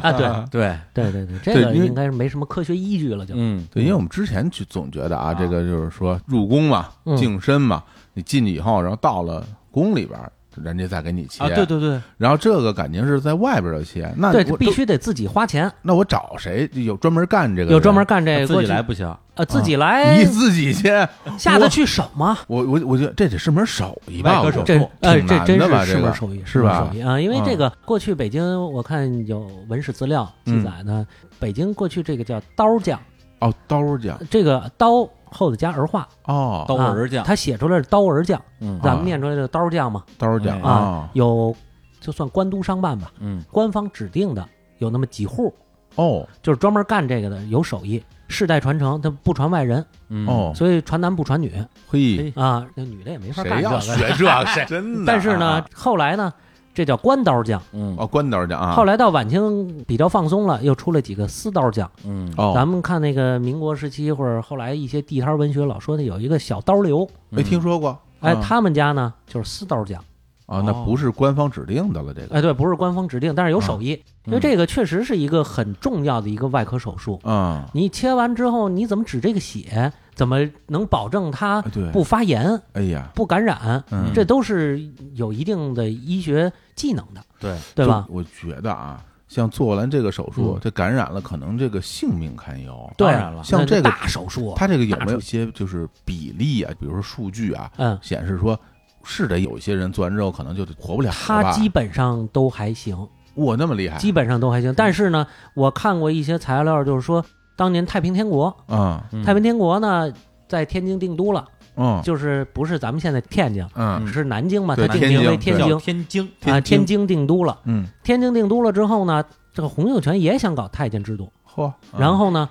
C: 啊，对
B: 对，
C: 对对对，这
A: 对
C: 个
A: 因为
C: 应该是没什么科学依据了，就
B: 嗯，
A: 对，因为我们之前去总觉得啊，
B: 啊
A: 这个就是说入宫嘛
C: 嗯，
A: 净身嘛，你进去以后，然后到了宫里边儿，人家再给你切。
B: 啊，对对对，
A: 然后这个感情是在外边儿就切，那
C: 对，
A: 我
C: 必
A: 都
C: 须得自己花钱，
A: 那我找谁有专门干这个？
C: 有专门，干这个哎
B: 他自
C: 过
B: 己
C: 去
B: 来不行，
C: 呃自己
A: 你
C: 来
A: 自己切。
C: 下得去手吗？
A: 啊我我我觉得这得是门手艺吧，
B: 外科
A: 我
B: 手
C: 这
B: 术
C: 哎，
A: 挺
C: 这
A: 难
C: 真
A: 的吧
C: 是
A: 这
C: 是
A: 个
C: 门手艺，
A: 是
C: 门
A: 吧
C: 手艺啊，因为
A: 嗯
C: 这个过去北京，我看有文史资料
A: 嗯
C: 记载呢，北京过去这个叫刀匠，
A: 哦，刀匠
C: 这个刀后头加儿化，
A: 哦，
B: 刀儿匠
C: 啊他写出来是刀儿匠，
A: 啊
B: 嗯
C: 咱们念出来的刀匠嘛，
A: 刀匠
C: 哎
A: 啊，
C: 有就算官督商办吧，
B: 嗯
C: 官方指定的有那么几户，
A: 哦
C: 就是专门干这个的，有手艺。世代传承，他不传外人，
B: 嗯，
A: 哦，
C: 所以传男不传女
A: 嘿，
C: 啊。那女的也没法干
A: 谁
C: 这
A: 要
C: 个。
A: 学这个？谁真的？啊
C: 但是呢，，后来呢，这叫官刀匠。
B: 嗯
A: 哦，关刀匠啊，
C: 后来到晚清比较放松了，又出了几个私刀匠。
B: 嗯
A: 哦，
C: 咱们看那个民国时期或者后来一些地摊文学老说的有一个小刀流，
A: 没听说过。
C: 哎，
A: 啊
C: 他们家呢就是私刀匠，
A: 啊，那
B: 哦
A: 不是官方指定的了，这个
C: 哎，对，不是官方指定，但是
A: 啊
C: 有手艺，因为
B: 嗯
C: 这个确实是一个很重要的一个外科手术。
A: 啊，
C: 你切完之后，你怎么止这个血？怎么能保证它
A: 哎对，
C: 啊不发炎、
A: 哎呀，
C: 不感染？
A: 嗯，
C: 这都是有一定的医学技能的，
B: 对，
C: 对吧？
A: 就我觉得啊，像做完这个手术
C: 嗯，
A: 这感染了，可能这个性命堪忧。
C: 对
B: 当然了，
A: 像
C: 那
A: 这个
C: 大手术，啊
A: 他这个有
C: 大
A: 没有
C: 出
A: 一些就是比例啊，比如说数据啊，
C: 嗯，
A: 显示说是得有一些人做完之后可能就活不了了
C: 他
A: 吧哎
C: 基本上都还行，
A: 哇那么厉害
C: 基本上都
A: 嗯
C: 还行。但是呢，我看过一些材料，就是说当年太平天国，
A: 啊，
B: 嗯
C: 太平天国呢在天津定都了，
A: 嗯
C: 就是不是咱们现在天津，
A: 嗯
C: 是南京嘛？
A: 对
C: 它定名为天
A: 天
B: 叫
C: 津
B: 天津，
C: 啊，
A: 天
C: 天津定都了。
A: 嗯，
C: 天津定都了之后呢，这个洪秀全也想搞太监制度，
A: 嚯，嗯
C: 然后呢，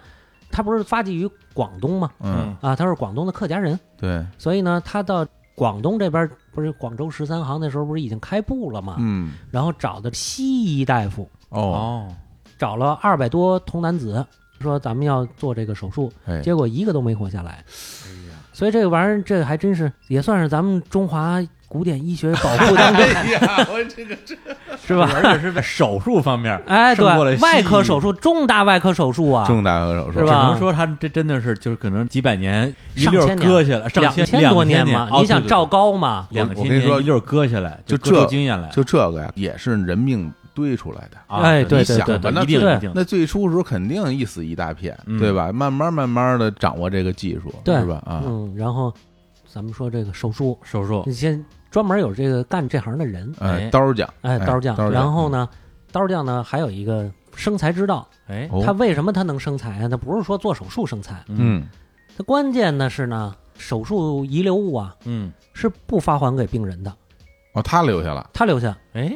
C: 他不是发迹于广东嘛？
A: 嗯，
C: 啊，他是广东的客家人，
A: 对，
C: 所以呢，他到广东这边不是广州十三行那时候不是已经开埠了嘛？
A: 嗯，
C: 然后找的西医大夫。
A: 哦，
B: 哦，
C: 找了二百多童男子，说咱们要做这个手术，
A: 哎，
C: 结果一个都没活下来。
B: 哎
C: 所以这个玩意儿，这还真是也算是咱们中华古典医学保 护 当中
A: 哎呀，我这个
C: 是吧？
B: 而且是在 手术方面，
C: 哎，
B: 胜过了
C: 对，
B: 西医
C: 外科手术，重大外科手术啊，
A: 重大的手术
C: 是
B: 只
C: 吧
B: 能说他这真的是就是可能几百年一溜
C: 上千年
B: 割下来，上
C: 两
B: 千
C: 多
B: 年
C: 嘛，
B: 哦
C: 你想
B: 对对
C: 赵高嘛？
B: 对两
A: 我
B: 千
A: 跟你说
B: 年一溜割下来，
A: 就
B: 割出
A: 这
B: 经验来，
A: 就这个呀，也是人命堆出来的。
B: 啊
C: 哎对
B: 你
C: 对
B: 想
C: 对
B: 吧
A: 对
B: 一定
C: 对
B: 一定，
A: 那最初的时候肯定一死一大片，
B: 嗯
A: 对吧？慢慢慢慢的掌握这个技术，
C: 对
A: 是吧？啊，
C: 嗯，然后咱们说这个手术，
B: 手术
C: 你先专门有这个干这行的人，
A: 呃
B: 哎，
A: 刀匠，
C: 哎，刀匠
A: 刀，匠嗯
C: 然后呢，刀匠呢还有一个生财之道，
B: 哎
A: 哦
C: 他为什么他能生财啊？他不是说做手术生财，
B: 嗯
A: 嗯，
C: 它关键的是呢，手术遗留物啊
B: 嗯
C: 是不发还给病人的，
A: 哦，他留下了，
C: 他留下。
B: 哎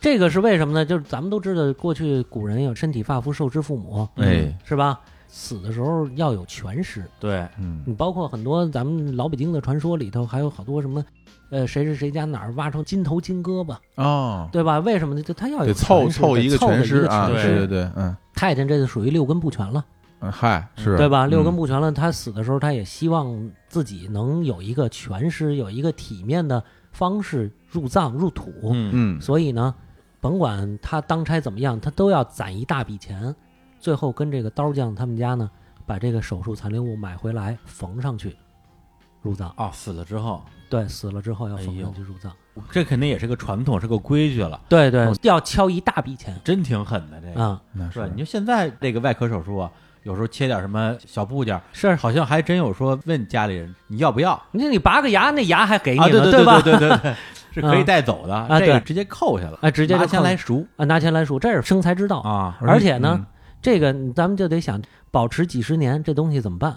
C: 这个是为什么呢？就是咱们都知道，过去古人有身体发肤受之父母，
B: 嗯
A: 哎，
C: 是吧？死的时候要有全尸。
B: 对
A: 嗯，
C: 你包括很多咱们老北京的传说里头，还有好多什么，呃，谁是谁家哪儿挖出金头金胳膊，
A: 哦，
C: 对吧？为什么呢？就他要有
A: 得凑
C: 全尸
A: 凑
C: 得
A: 一个
C: 凑
A: 全
C: 尸
A: 尸啊，
B: 对
A: 对对对，嗯，
C: 太监这就属于六根不全了，
A: 嗯嗨，是，
C: 对吧？六根
A: 嗯
C: 不全了，他死的时候他也希望自己能有一个全尸，有一个体面的方式入葬入土。
B: 嗯
A: 嗯，
C: 所以呢，甭管他当差怎么样，他都要攒一大笔钱，最后跟这个刀匠他们家呢，把这个手术残留物买回来缝上去，入葬。
B: 哦死了之后，
C: 对，死了之后要
B: 哎
C: 缝
B: 呦
C: 上去入葬。
B: 这肯定也是个传统，是个规矩了，
C: 对对，要敲一大笔钱
B: 真挺狠的这个，
C: 啊、
A: 那
B: 是吧？
A: 是
B: 你说现在这个外科手术啊，有时候切点什么小部件，
C: 是，
B: 好像还真有说问家里人你要不要啊？
C: 那你拔个牙，那牙还给你呢，
B: 对对
C: 吧？
B: 对对 对对，是可以
C: 啊
B: 带走的，
C: 啊
B: 这个
C: 对
B: 直接扣下了，
C: 啊，直接就
B: 拿钱
C: 扣
B: 来赎
C: 啊，拿钱来赎，这是生财之道。
B: 啊，
A: 嗯
C: 而且呢，这个咱们就得想，保持几十年这东西怎么办？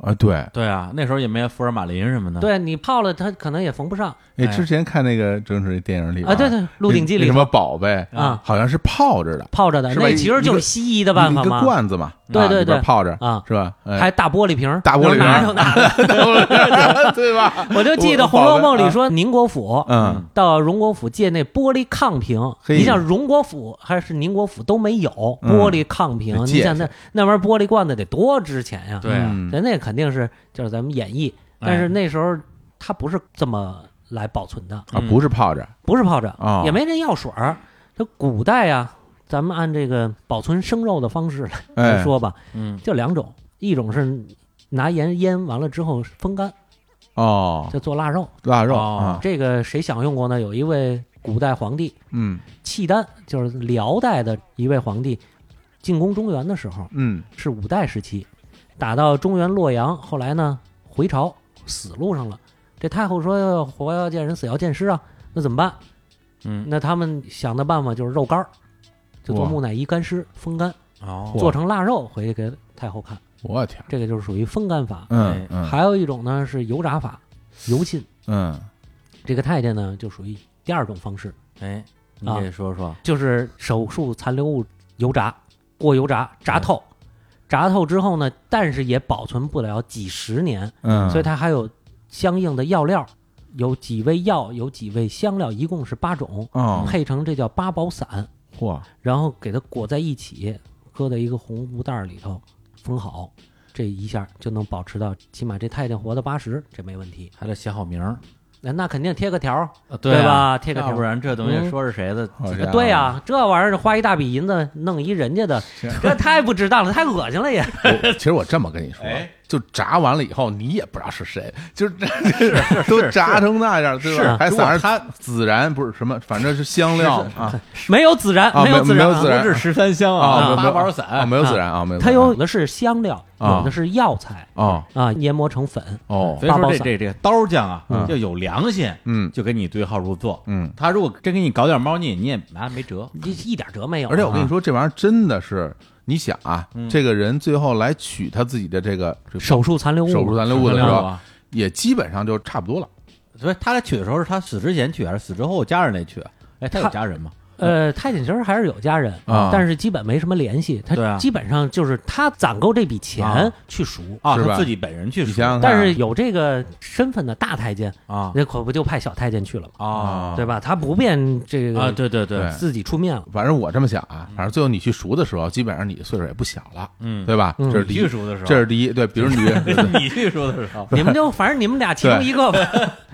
A: 啊，
C: 哎
A: 对，
B: 对啊，那时候也没有福尔马林什么
A: 啊
B: 的。，
C: 对啊你泡了，它可能也缝不上
A: 哎，
B: 哎
A: 之前看那个郑是电影里
C: 啊。对，对，《鹿鼎记》
A: 那
C: 里
A: 什么宝贝，
C: 啊，
A: 好像是泡着的，
C: 泡着的，
A: 是吧
C: 那其实就是西医的办
A: 一
C: 法
A: 个
C: 嘛。
A: 罐子嘛，
C: 对
A: 啊
C: 对
A: 里边
C: 对
A: 泡着
C: 啊，
A: 是吧？哎
C: 还大玻璃瓶儿，
A: 大玻璃瓶
C: 拿
A: 儿
C: 着 拿着
A: 对吧？
C: 我就记得《
A: 我
C: 红楼
A: 我
C: 梦》里说宁国府
A: 嗯，
C: 到荣国府借那玻璃炕瓶，
A: 嘿
C: 你想荣国府还是宁国府都没有
A: 嗯
C: 玻璃炕瓶，
A: 得借
C: 你想那那玩意儿玻璃罐子得多值钱呀？
B: 对啊
A: 嗯
C: 人那肯定是就是咱们演绎，
B: 哎
C: 但
A: 哎
B: 嗯
C: 是那时候它不是这么来保存的，
A: 啊，不是泡着，
C: 不是泡着
A: 哦，
C: 嗯也没那药水儿。这古代啊，咱们按这个保存生肉的方式来
A: 哎，
C: 说吧，
B: 嗯，
C: 就两种，一种是拿盐腌完了之后风干，
A: 哦，
C: 就做腊肉。
A: 腊肉
B: 哦
A: 啊，
C: 这个谁享用过呢？有一位古代皇帝
A: 嗯
C: 契丹，就是辽代的一位皇帝，进攻中原的时候
A: 嗯，
C: 是五代时期，打到中原洛阳，后来呢回朝死路上了。这太后说活要见人，死要见尸啊，那怎么办？
B: 嗯，
C: 那他们想的办法就是肉干儿，就做
A: 哇
C: 木乃伊干尸风干，
B: 哦，
C: 做成腊肉回去给太后看，
A: 我天，
C: 这个就是属于风干法。
A: 嗯嗯
C: 还有一种呢是油炸法，油浸。
A: 嗯，
C: 这个太监呢就属于第二种方式，
B: 哎，你
C: 啊
B: 给说说，
C: 就是手术残留物油炸，过油炸
A: 嗯
C: 炸透，炸透之后呢，但是也保存不了几十年，
A: 嗯，
C: 所以它还有相应的药料，有几味药，有几味香料，一共是八种，
A: 哦，
C: 配成这叫八宝散，
A: 嚯，
C: 然后给它裹在一起，搁在一个红布袋儿里头封好。这一下就能保持到，起码这太监活到八十，这没问题。
B: 还得写好名儿，
C: 那那肯定贴个条儿，
B: 啊
C: 对
B: 啊
C: 吧贴个嗯条
B: 要不然这东西说是谁的，
A: 好家
C: 啊
A: 伙
C: 对呀、，这玩意儿花一大笔银子弄一人家的
A: 是，
C: 这太不值当了，太恶心了也。
A: 我其实我这么跟你说
B: 哎，
A: 就炸完了以后，你也不知道是谁，就是都炸成那样，对
C: 是
A: 吧？还撒上它孜然，不是什么，反正是香料啊
C: 没有孜然，
A: 啊
C: 有孜然
A: 没有孜
C: 啊，
A: 然
B: 是十三香
A: 啊，没有
B: 八宝
A: 啊，
B: 散，
A: 没有孜然啊，没有孜然。
C: 嗯它有的是香料，
A: 啊
C: 有的是药材
A: 哦
C: 啊，研磨成粉。
A: 哦
B: 所以
C: 八
B: 说
C: 宝
B: 这
C: 散
B: 这这刀匠啊
A: 嗯，
B: 要有良心，
A: 嗯
B: 就给你对号入座。
A: 嗯，
B: 他如果真给你搞点猫腻，你也拿没辙。
C: 一一点辙没有啊。
A: 而且我跟你说，这玩意儿真的是，你想啊
B: 嗯，
A: 这个人最后来取他自己的这个这个
C: 手术残留物，
A: 手术残留物
B: 不
A: 的时
B: 能
A: 候，
B: 啊！
A: 也基本上就差不多了。
B: 所以他来取的时候，是他死之前取还是死之后家人来取？哎，他有
C: 他
B: 家人吗？
C: 呃，太监其实还是有家人
A: 啊
C: 但是基本没什么联系。
B: 对啊
C: 他基本上就是他攒够这笔
B: 啊
C: 钱去赎，
B: 啊，
A: 是吧
B: 他自己本人去
A: 你
B: 赎
A: 想想看啊，
C: 但是有这个身份的大太监，
B: 啊
C: 那可不就派小太监去了吗？
B: 啊
C: 对吧？他不便这个
B: 啊！对对对
A: 对，
C: 自己出面了。
A: 反正我这么想啊，反正最后你去赎的时候，基本上你岁数也不小了，
B: 嗯，
A: 对吧？
C: 嗯
A: 这是第
B: 你去
A: 一，
B: 赎的时候，
A: 这是第一，对，比如你
B: 你去赎的时候，
C: 你们就反正你们俩其中一个吧。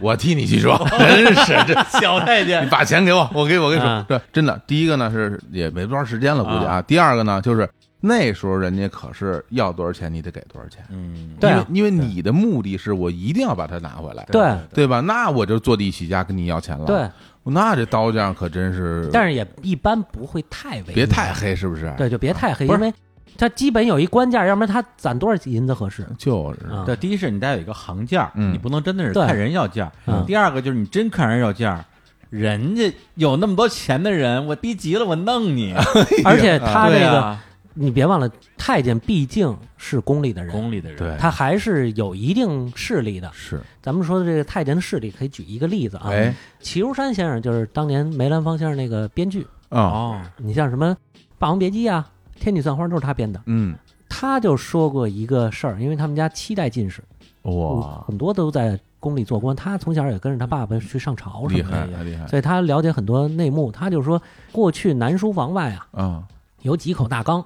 A: 我替你去说，真 是这，
B: 小太监
A: 你把钱给我，我给我跟你说
C: 啊，
A: 对，真的，第一个呢是也没多长时间了，估计啊，第二个呢就是那时候人家可是要多少钱你得给多少钱，
B: 嗯，
C: 对啊
A: 因为因为你的目的是我一定要把它拿回来，
C: 对
A: 对吧？那我就坐地起价跟你要钱了，
C: 对，，
A: 那这刀匠可真是，
C: 但是也一般不会太违。
A: 别太黑，是不是？，
C: 对，就别太黑，
B: 不是
C: 因为它基本有一官价，要不然它攒多少银子合适
A: 就是
C: 啊？
B: 嗯对，第一是你得有一个行价，
A: 嗯
B: 你不能真的是
C: 对
B: 看人要价
C: 嗯。
B: 第二个就是你真看人要价，人家有那么多钱的人，我逼急了我弄
A: 哎
B: 你。
C: 而且他这
B: 对
C: 个、
B: 啊
C: 你别忘了，太监毕竟是宫里的人，
B: 宫里的人，哦
A: 对，
C: 他还是有一定势力的。
A: 是，
C: 咱们说的这个太监的势力，可以举一个例子啊，
A: 哎，
C: 齐如山先生就是当年梅兰芳先生那个编剧，
A: 啊，
B: 哦，
C: 你像什么《霸王别姬》啊，《天女散花》都是他编的。
A: 嗯，
C: 他就说过一个事儿，因为他们家七代进士，
A: 哇，
C: 很多都在宫里做官，他从小也跟着他爸爸去上朝什
A: 厉
C: 么的。
A: 害，厉害，
C: 所以他了解很多内幕。他就说，过去南书房外啊，
A: 啊，
C: 有几口大缸，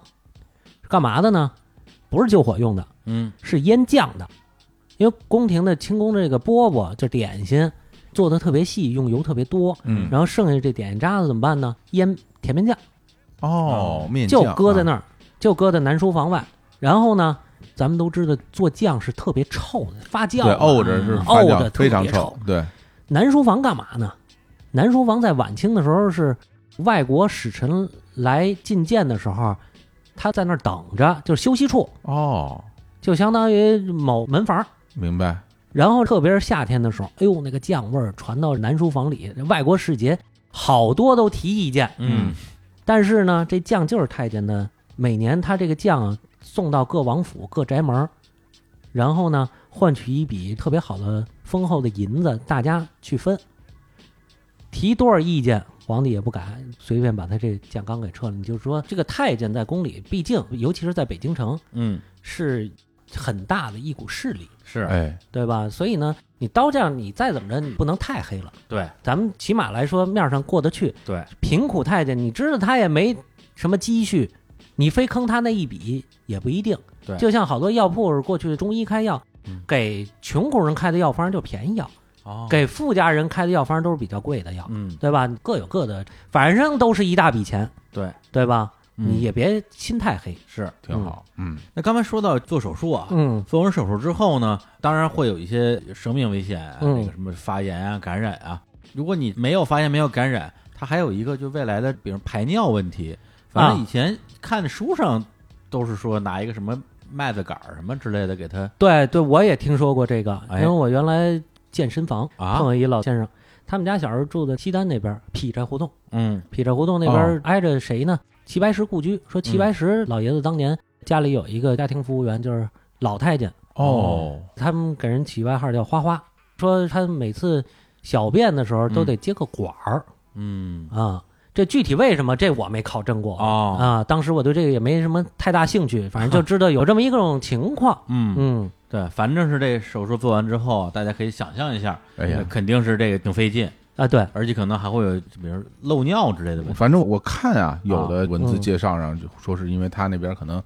C: 是干嘛的呢？不是救火用的，
B: 嗯，
C: 是腌酱的。因为宫廷的清宫这个饽饽就点心做的特别细，用油特别多，
A: 嗯，
C: 然后剩下这点心渣子怎么办呢？腌甜面酱，
A: 哦，面
C: 嗯就
A: 酱
C: 搁在
A: 啊
C: 那儿，就搁在南书房外。然后呢，咱们都知道做酱是特别臭的，发酵
A: 对，哦
C: 嘛
A: 沤着是
C: 嗯
A: 发
C: 沤
A: 酵
C: 着
A: 非常
C: 特别臭。
A: 对，
C: 南书房干嘛呢？南书房在晚清的时候是外国使臣来觐见的时候，他在那儿等着，就是休息处，
A: 哦，
C: 就相当于某门房。
A: 明白，
C: 然后特别是夏天的时候，哎呦，那个酱味儿传到南书房里，外国使节好多都提意见，
B: 嗯，
C: 但是呢，这酱就是太监的，每年他这个酱啊送到各王府、各宅门儿，然后呢换取一笔特别好的丰厚的银子，大家去分。提多少意见，皇帝也不敢随便把他这建纲给撤了。你就说这个太监在宫里，毕竟尤其是在北京城
B: 嗯，
C: 是很大的一股势力，
B: 是，
A: 哎，
C: 对吧？所以呢，你刀匠你再怎么着，你不能太黑了。
B: 对
C: 咱们起码来说面上过得去。
B: 对，
C: 贫苦太监，你知道他也没什么积蓄，你非坑他那一笔也不一定。
B: 对
C: 就像好多药铺过去中医开药
B: 嗯，
C: 给穷苦人开的药方就便宜药，
B: 哦，
C: 给富家人开的药方都是比较贵的药，
B: 嗯，
C: 对吧？各有各的，反正都是一大笔钱，
B: 对，
C: 对吧？
B: 嗯
C: 你也别心太黑。
B: 是。
A: 挺好，嗯，
B: 那刚才说到做手术啊，
C: 嗯
B: 做完手术之后呢，当然会有一些生命危险啊，
C: 嗯
B: 那个什么发炎啊、感染啊。如果你没有发炎、没有感染，它还有一个就未来的，比如排尿问题。反正
C: 啊
B: 以前看书上都是说拿一个什么麦子杆儿什么之类的给它
C: 对对，我也听说过这个，因
B: 哎
C: 为我原来健身房
B: 啊
C: 碰，到一老先生，他们家小时候住在西单那边劈柴胡同。
B: 嗯
C: 匹柴胡同那
A: 哦
C: 边挨着谁呢？齐白石故居。说齐
A: 嗯
C: 白石老爷子当年家里有一个家庭服务员，就是老太监，
A: 哦，
C: 他们给人起外号叫花花，说他每次小便的时候都得接个管儿
B: 嗯
C: 啊。这具体为什么，这我没考证过
B: 哦
C: 啊。当时我对这个也没什么太大兴趣，反正就知道有这么一种情况。
B: 嗯，
C: 嗯，
B: 对，反正是这手术做完之后，大家可以想象一下，
A: 哎呀，
B: 肯定是这个挺费劲，
C: 啊，对，
B: 而且可能还会有比如漏尿之类的问题。
A: 反正我看啊，有
B: 啊
A: 的文字
C: 嗯
A: 介绍上就说是因为他那边可能。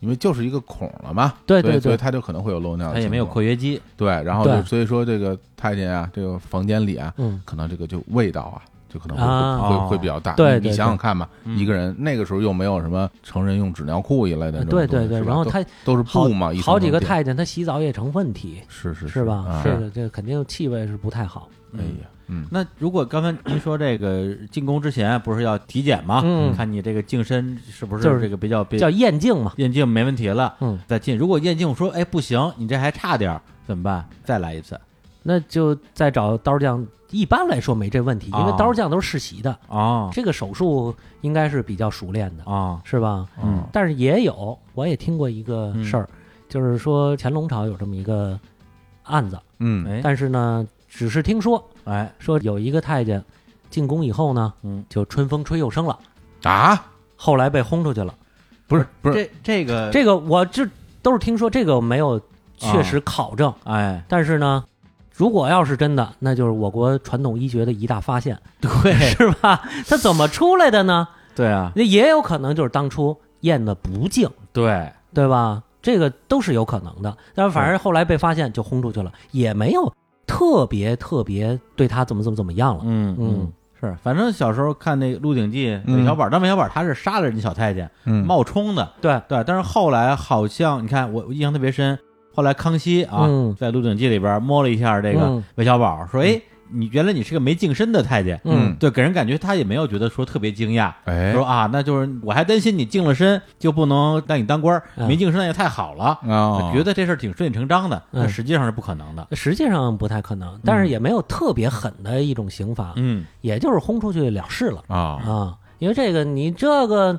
A: 因为就是一个孔了嘛，
C: 对
A: 所以
C: 对
A: 所以
C: 对
A: 他就可能会有漏尿的情况，
B: 它也没有括约肌，
A: 对，然后就
C: 对
A: 所以说这个太监啊，这个房间里啊，
C: 嗯，
A: 可能这个就味道啊，就可能会、
C: 啊
A: 会会比较大。你
C: 对对
A: 你
C: 对
A: 想想看吧，
B: 嗯
A: 一个人那个时候又没有什么成人用纸尿裤一类的这种东
C: 对
A: 西，
C: 对对。
A: 是吧
C: 然后
A: 都
C: 他
A: 都是
C: 好
A: 布嘛，一层
C: 好几
A: 层
C: 个
A: 垫
C: 太监，他洗澡也成问题，
A: 是是
C: 是吧？
A: 啊
C: 这个这肯定气味是不太好。
A: 哎呀，嗯，
B: 那如果刚才您说这个进宫之前不是要体检吗？
C: 嗯
B: 看你这个净身是不是
C: 就是
B: 这个比较比
C: 叫验镜嘛。
B: 验镜没问题了，
C: 嗯，
B: 再进。如果验镜说哎不行，你这还差点儿，怎么办？再来一次
C: 那就再找刀匠。一般来说没这问题，因为
B: 哦
C: 刀匠都是世袭的，
B: 哦
C: 这个手术应该是比较熟练的，
B: 哦，
C: 是吧？
B: 嗯
A: 啊
C: 但是也有，我也听过一个事儿，就是说乾隆朝有这么一个案子，
A: 嗯，
B: 哎
C: 但是呢，只是听说
B: 哎
C: 说有一个太监进宫以后呢，
B: 嗯，
C: 就春风吹又生了，
A: 啊，
C: 后来被轰出去了。
A: 不是不是，
B: 这这个
C: 哎这个我这都是听说，这个没有确
B: 啊
C: 实考证，
B: 哎
C: 但是呢。如果要是真的，那就是我国传统医学的一大发现。
B: 对
C: 是吧？它怎么出来的呢？
B: 对啊
C: 那也有可能就是当初验的不净，
B: 对
C: 对吧？这个都是有可能的。但是反正后来被发现就轰出去了，也没有特别特别对他怎么怎么怎么样了。
B: 嗯
C: 嗯。
B: 是，反正小时候看那《鹿鼎记》，
A: 嗯
B: 韦小宝，但韦小宝他是杀了人家小太监，
A: 嗯，
B: 冒充的，
C: 对，
B: 对，但是后来好像你看我我印象特别深，后来康熙啊，
C: 嗯
B: 在《鹿鼎记》里边摸了一下这个
C: 嗯
B: 韦小宝，说：“哎，你原来你是个没净身的太监。”
A: 嗯，
B: 对，给人感觉他也没有觉得说特别惊讶，
A: 哎
B: 说啊，那就是我还担心你净了身就不能让你当官儿，
C: 嗯哦
B: 没净身那也太好了，
A: 啊，
B: 觉得这事儿挺顺理成章的，
C: 嗯
B: 但实际上是不可能的。
C: 实际上不太可能，但是也没有特别狠的一种刑罚，
B: 嗯，
C: 也就是轰出去了事了
A: 啊，
C: 啊。因为这个你这个，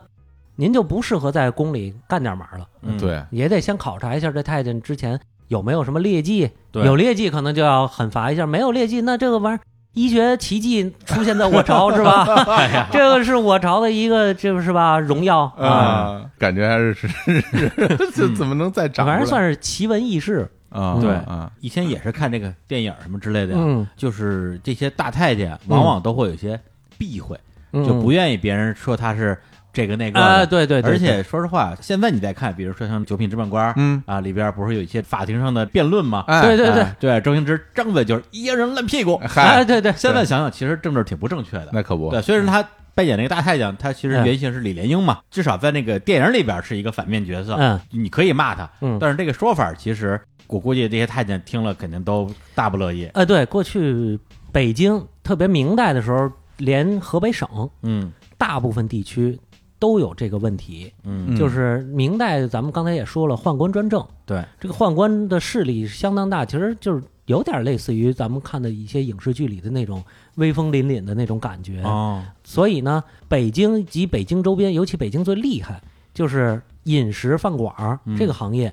C: 您就不适合在宫里干点嘛了，
B: 嗯，
A: 对，
C: 也得先考察一下这太监之前有没有什么劣迹，
B: 对
C: 有劣迹可能就要狠罚一下，没有劣迹，那这个玩意儿医学奇迹出现在我朝是 吧？
B: 哎呀，
C: 这个是我朝的一个，这个是吧？荣耀啊，
A: 啊，感觉还是 是是，是这怎么能再长出来？
C: 嗯反正算是奇闻异事。
A: 啊，
B: 对
A: 啊，
B: 以前也是看这个电影儿什么之类的呀，
C: 嗯，
B: 就是这些大太监往往都会有一些避讳，
C: 嗯
B: 就不愿意别人说他是这个那个的
C: 啊，对对对，
B: 而且说实话，现在你再看，比如说像《九品芝麻官》
A: 嗯，
B: 啊，里边不是有一些法庭上的辩论吗？
A: 哎，
C: 对对对
B: 哎对，周星驰张嘴就是一人烂屁股。啊
C: 哎，
A: 嗨，
C: 对对，
B: 现在想想，其实政治挺不正确的。
A: 那嗯可不，
B: 对，虽然他扮演那个大太监，他其实
C: 嗯
B: 原型是李莲英嘛，至少在那个电影里边是一个反面角色，
C: 嗯
B: 你可以骂他，
C: 嗯，
B: 但是这个说法其实我估计这些太监听了肯定都大不乐意。
C: 呃，对，过去北京特别明代的时候，连河北省
B: 嗯
C: 大部分地区都有这个问题，
B: 嗯
A: 嗯
C: 就是明代，咱们刚才也说了，宦官专政，
B: 对
C: 这个宦官的势力是相当大，其实就是有点类似于咱们看的一些影视剧里的那种威风凛凛的那种感觉。
B: 哦，
C: 所以呢，北京及北京周边，尤其北京最厉害就是饮食饭馆儿
B: 嗯
C: 这个行业，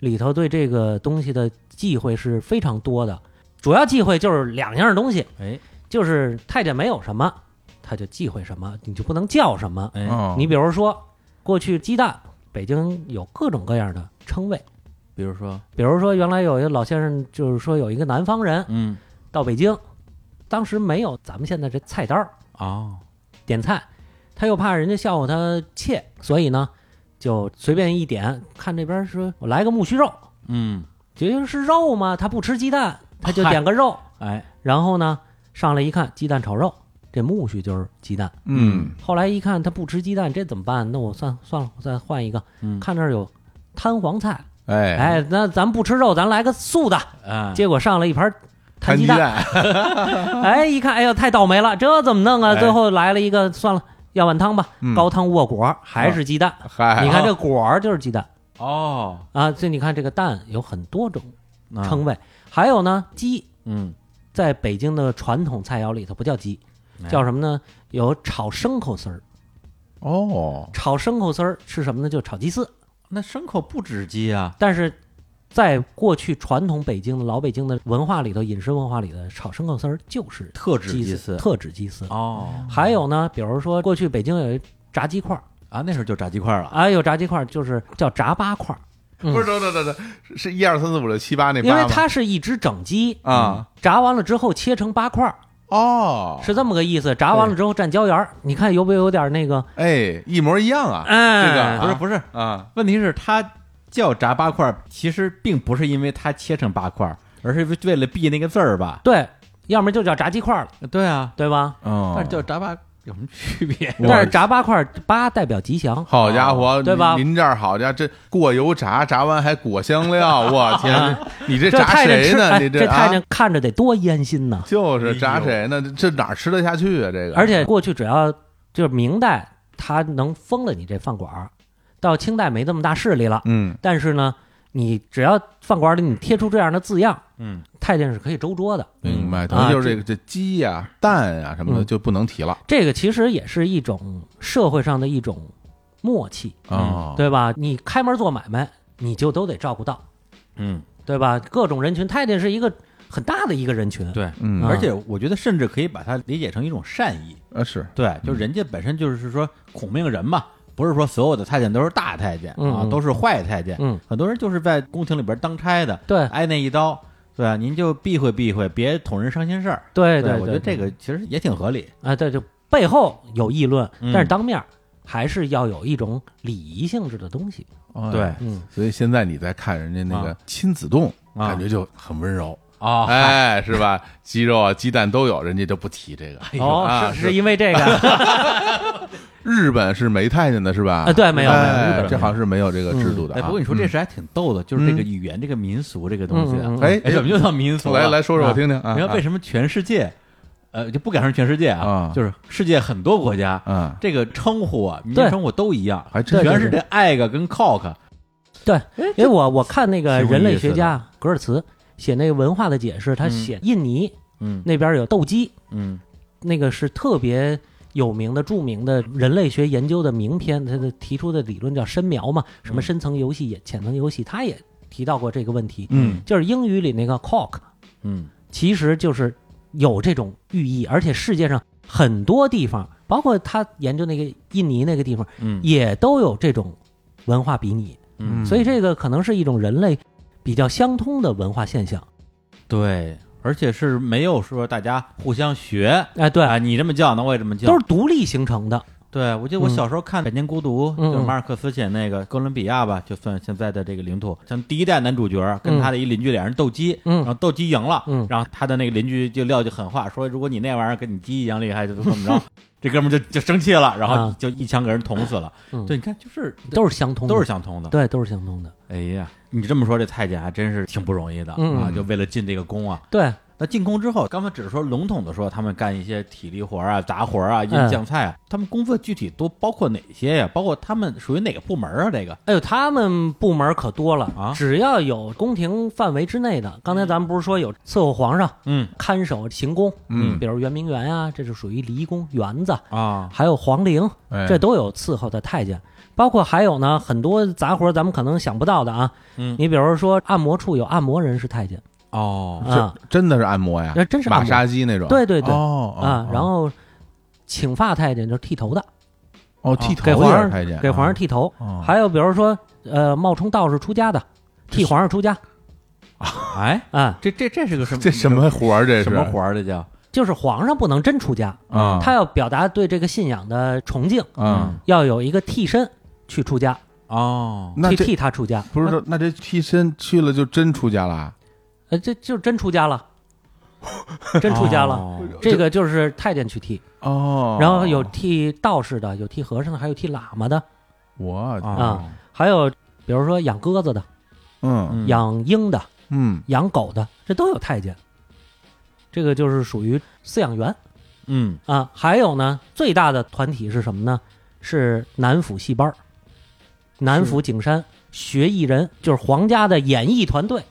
C: 里头对这个东西的忌讳是非常多的。主要忌讳就是两样东西，
B: 哎
C: 就是太监没有什么，他就忌讳什么，你就不能叫什么。
B: 哎，
A: 哦
C: 你比如说，过去鸡蛋，北京有各种各样的称谓。
B: 比如说，
C: 比如说，原来有一个老先生，就是说有一个南方人
B: 嗯
C: 到北京，当时没有咱们现在这菜单儿
B: 哦，
C: 点菜，他又怕人家笑话他怯，所以呢，就随便一点，看这边说我来个木须肉，
B: 嗯，
C: 觉得是肉嘛，他不吃鸡蛋，他就点个肉，
B: 哎，
C: 然后呢上来一看鸡蛋炒肉，这木须就是鸡蛋。
A: 嗯
C: 后来一看他不吃鸡蛋，这怎么办？那我算算了，我再换一个，
B: 嗯
C: 看这儿有摊黄菜，
A: 哎
C: 哎，那咱不吃肉，咱来个素的。
B: 啊，
C: 结果上了一盘
A: 摊
C: 摊鸡
A: 鸡
C: 蛋，
A: 蛋
C: 哎，一看，哎呦，太倒霉了，这怎么弄啊？
A: 哎
C: 最后来了一个，算了，要碗汤吧，
A: 嗯哎
C: 高汤卧果还是鸡蛋。
A: 嗨，
C: 你看这果儿就是鸡蛋
B: 哦，
C: 啊，所以你看这个蛋有很多种
B: 那
A: 嗯
C: 称谓，还有呢，鸡
B: 嗯
C: 在北京的传统菜肴里头不叫鸡
B: 哎，
C: 叫什么呢？有炒牲口丝儿，
A: 哦，
C: 炒牲口丝儿是什么呢？就炒鸡丝，
B: 那牲口不止鸡啊，
C: 但是。在过去传统北京的老北京的文化里头，饮食文化里的炒牲口丝儿就是
B: 特指
C: 鸡
B: 鸡
C: 丝，
B: 丝
C: 特嗯指鸡丝。
B: 哦
C: 还有呢，比如说过去北京有一炸鸡块儿，
B: 啊，那时候就炸鸡块了，
C: 啊，有炸鸡块儿就是叫炸八块儿，嗯
A: 不是，等等等等，是是一二三四五六七八那八
C: 因
A: 吗，
C: 为嗯它是一只整鸡，
A: 啊
C: 炸完了之后切成八块儿，
A: 哦，
C: 是这么个意思。炸完了之后蘸椒盐儿，你看有没有点那个？
A: 哎，一模一样啊这个
C: 哎，
A: 啊
B: 不是不是，
A: 啊，
B: 问题是它叫炸八块儿，其实并不是因为它切成八块儿，而是为了避那个字儿吧？
C: 对，要么就叫炸鸡块儿了，
B: 对啊，
C: 对吧？
A: 嗯，
B: 但是叫炸八有什么区别？
A: 我
C: 但是炸八块儿八代表吉祥，
A: 好家伙，
C: 对吧
A: 您您这儿好家伙，这过油炸，炸完还裹香 料，我天，你这炸
C: 啊太监
A: 谁
C: 吃，
A: 呢？
C: 哎
A: 你
C: 这太
A: 啊，
C: 监看着得多烟心呐！
A: 就是炸谁呢？这这哪儿吃得下去啊？这个，
C: 而且过去只要就是明代，他能封了你这饭馆儿，到清代没这么大势力了。
A: 嗯，
C: 但是呢，你只要饭馆里你贴出这样的字样，
B: 嗯，
C: 太监是可以周桌的。
A: 明白，
C: 嗯
A: 等于就是
C: 啊
A: 这个这鸡呀、蛋啊什么的
C: 嗯
A: 就不能提了
C: 这个其实也是一种社会上的一种默契，
A: 啊。
C: 嗯对吧？你开门做买卖，你就都得照顾到，
B: 嗯，
C: 对吧？各种人群，太监是一个很大的一个人群，
B: 对，
A: 嗯，
B: 而且我觉得甚至可以把它理解成一种善意，
A: 呃是，
B: 对，就人家本身就是说孔命人嘛，不是说所有的太监都是大太监
C: 嗯
B: 啊，
C: 嗯
B: 都是坏太监，
C: 嗯，
B: 很多人就是在宫廷里边当差的，
C: 对
B: 挨那一刀，对啊，您就避讳避讳，别捅人伤心事儿。
C: 对
B: 哎我觉得这个其实也挺合理。
C: 啊，对，就背后有议论，
B: 嗯
C: 但是当面儿还是要有一种礼仪性质的东西，
A: 哎
B: 对，
C: 嗯，
A: 所以现在你再看人家那个
B: 啊
A: 亲子冻，
B: 啊
A: 感觉就很温柔，
C: 啊
B: 哦，
A: 哎，是吧？鸡肉啊、鸡蛋都有，人家就不提这个。
C: 哦
A: 啊，
C: 是是因为这个，
A: 日本是没太监的是吧？
C: 啊对没有没有
A: 哎
C: 日本没有
A: 这好像是没有这个制度的
B: 哎，
A: 啊。
B: 不过你说这事还挺逗的，就是这个语言、这个民俗这个东西啊
C: 嗯嗯嗯，
A: 哎
B: 哎，怎么又到民俗 了？
A: 来来说说我听听
B: 啊，
A: 啊。
B: 你看为
A: 什
B: 什么全世界，呃，就不敢说全世界啊
A: 啊，
B: 就是世界很多国家
A: 么啊？
B: 这个称呼啊，民间
C: 对
B: 称呼都一样，
A: 还真
B: 全
C: 对
B: 是这 egg 跟 cock。
C: 对，因为我我看那
B: 挺
C: 个
B: 有
C: 人
B: 意
C: 类
B: 思
C: 学家格尔茨写那个文化的解释，他
B: 嗯
C: 写印尼
B: 嗯
C: 那边有斗鸡，
B: 嗯
C: 那个是特别有名的、著名的人类学研究的名篇，他的提出的理论叫深描嘛，什么
B: 嗯
C: 深层游戏、也浅层游戏，他也提到过这个问题，
A: 嗯
C: 就是英语里那个 cock，
B: 嗯
C: 其实就是有这种寓意，而且世界上很多地方，包括他研究那个印尼那个地方，
B: 嗯
C: 也都有这种文化比拟，
B: 嗯，
C: 所以这个可能是一种人类比较相通的文化现象。
B: 对，而且是没有说大家互相学。
C: 哎，对，
B: 啊，你这么叫，那我也这么叫，
C: 都是独立形成的。
B: 对，我记得我小时候嗯看《百年孤独》
C: 嗯
B: 就是马尔克斯写那个哥伦比亚吧，就算现在的这个领土，像第一代男主角跟他的一邻居俩人斗鸡，
C: 嗯
B: 然后斗鸡赢了，
C: 嗯
B: 然后他的那个邻居就撂句狠话，说如果你那玩意儿跟你鸡一样厉害，就怎么 着，这哥们儿就就生气了，然后
C: 啊
B: 就一枪给人捅死了。
C: 嗯
B: 对，你看就是
C: 都是相通的，
B: 都是相通的。
C: 对，都是相通的。
B: 哎呀，你这么说，这太监还真是挺不容易的、
C: 嗯
B: 啊，就为了进这个宫啊。
C: 对，
B: 那进宫之后，刚才只是说笼统的说他们干一些体力活啊、杂活
C: 嗯
B: 啊、腌酱菜啊，他们工作具体都包括哪些呀？包括他们属于哪个部门啊？这个
C: 哎呦，他们部门可多了
B: 啊
C: 只要有宫廷范围之内的，刚才咱们不是说有伺候皇上、
B: 嗯
C: 看守行宫，
A: 嗯
C: 比如圆明园啊，这就属于离宫园子，
B: 啊，
C: 还有皇陵，
A: 哎
C: 这都有伺候的太监。包括还有呢，很多杂活咱们可能想不到的啊，
B: 嗯
C: 你比如说按摩处有按摩人是太监
B: 哦，
C: 啊，
A: 真的是按摩呀，
C: 那真是
A: 马
C: 按摩
A: 杀鸡那种，
C: 对对对
A: 哦哦
C: 啊
A: 哦，
C: 然后请发太监就是剃头的，
B: 啊
A: 哦剃头
C: 给皇
A: 也是
C: 上
A: 太监，
C: 给皇上剃
A: 哦
C: 头，
B: 哦
C: 还有比如说呃冒充道士出家的，替皇上出家
B: 哎，
C: 啊，
B: 这这这是个什
A: 啊
B: 么
A: 这什么活儿？这是
B: 什么活儿？啊这叫
C: 就是皇上不能真出家，
A: 啊？
C: 嗯他要表达对这个信仰的崇敬，
A: 嗯，
C: 要有一个替身去出家，
B: 哦，
A: 那
C: 去
A: 这
C: 替他出家，
A: 不是说那这替身去了就真出家了？啊
C: 呃，这就真出家了，真出家了。
B: 哦
C: 这个就是太监去替，
A: 哦，
C: 然后有替道士的，有替和尚的，还有替喇嘛的，
A: 我
B: 啊，
C: 还有比如说养鸽子的、
A: 嗯
B: 嗯
C: 养鹰的、
A: 嗯
C: 养狗的，这都有太监。这个就是属于饲养员
B: 嗯
C: 啊。还有呢，最大的团体是什么呢？是南府戏班儿，南府景山学艺人，就是皇家的演艺团队，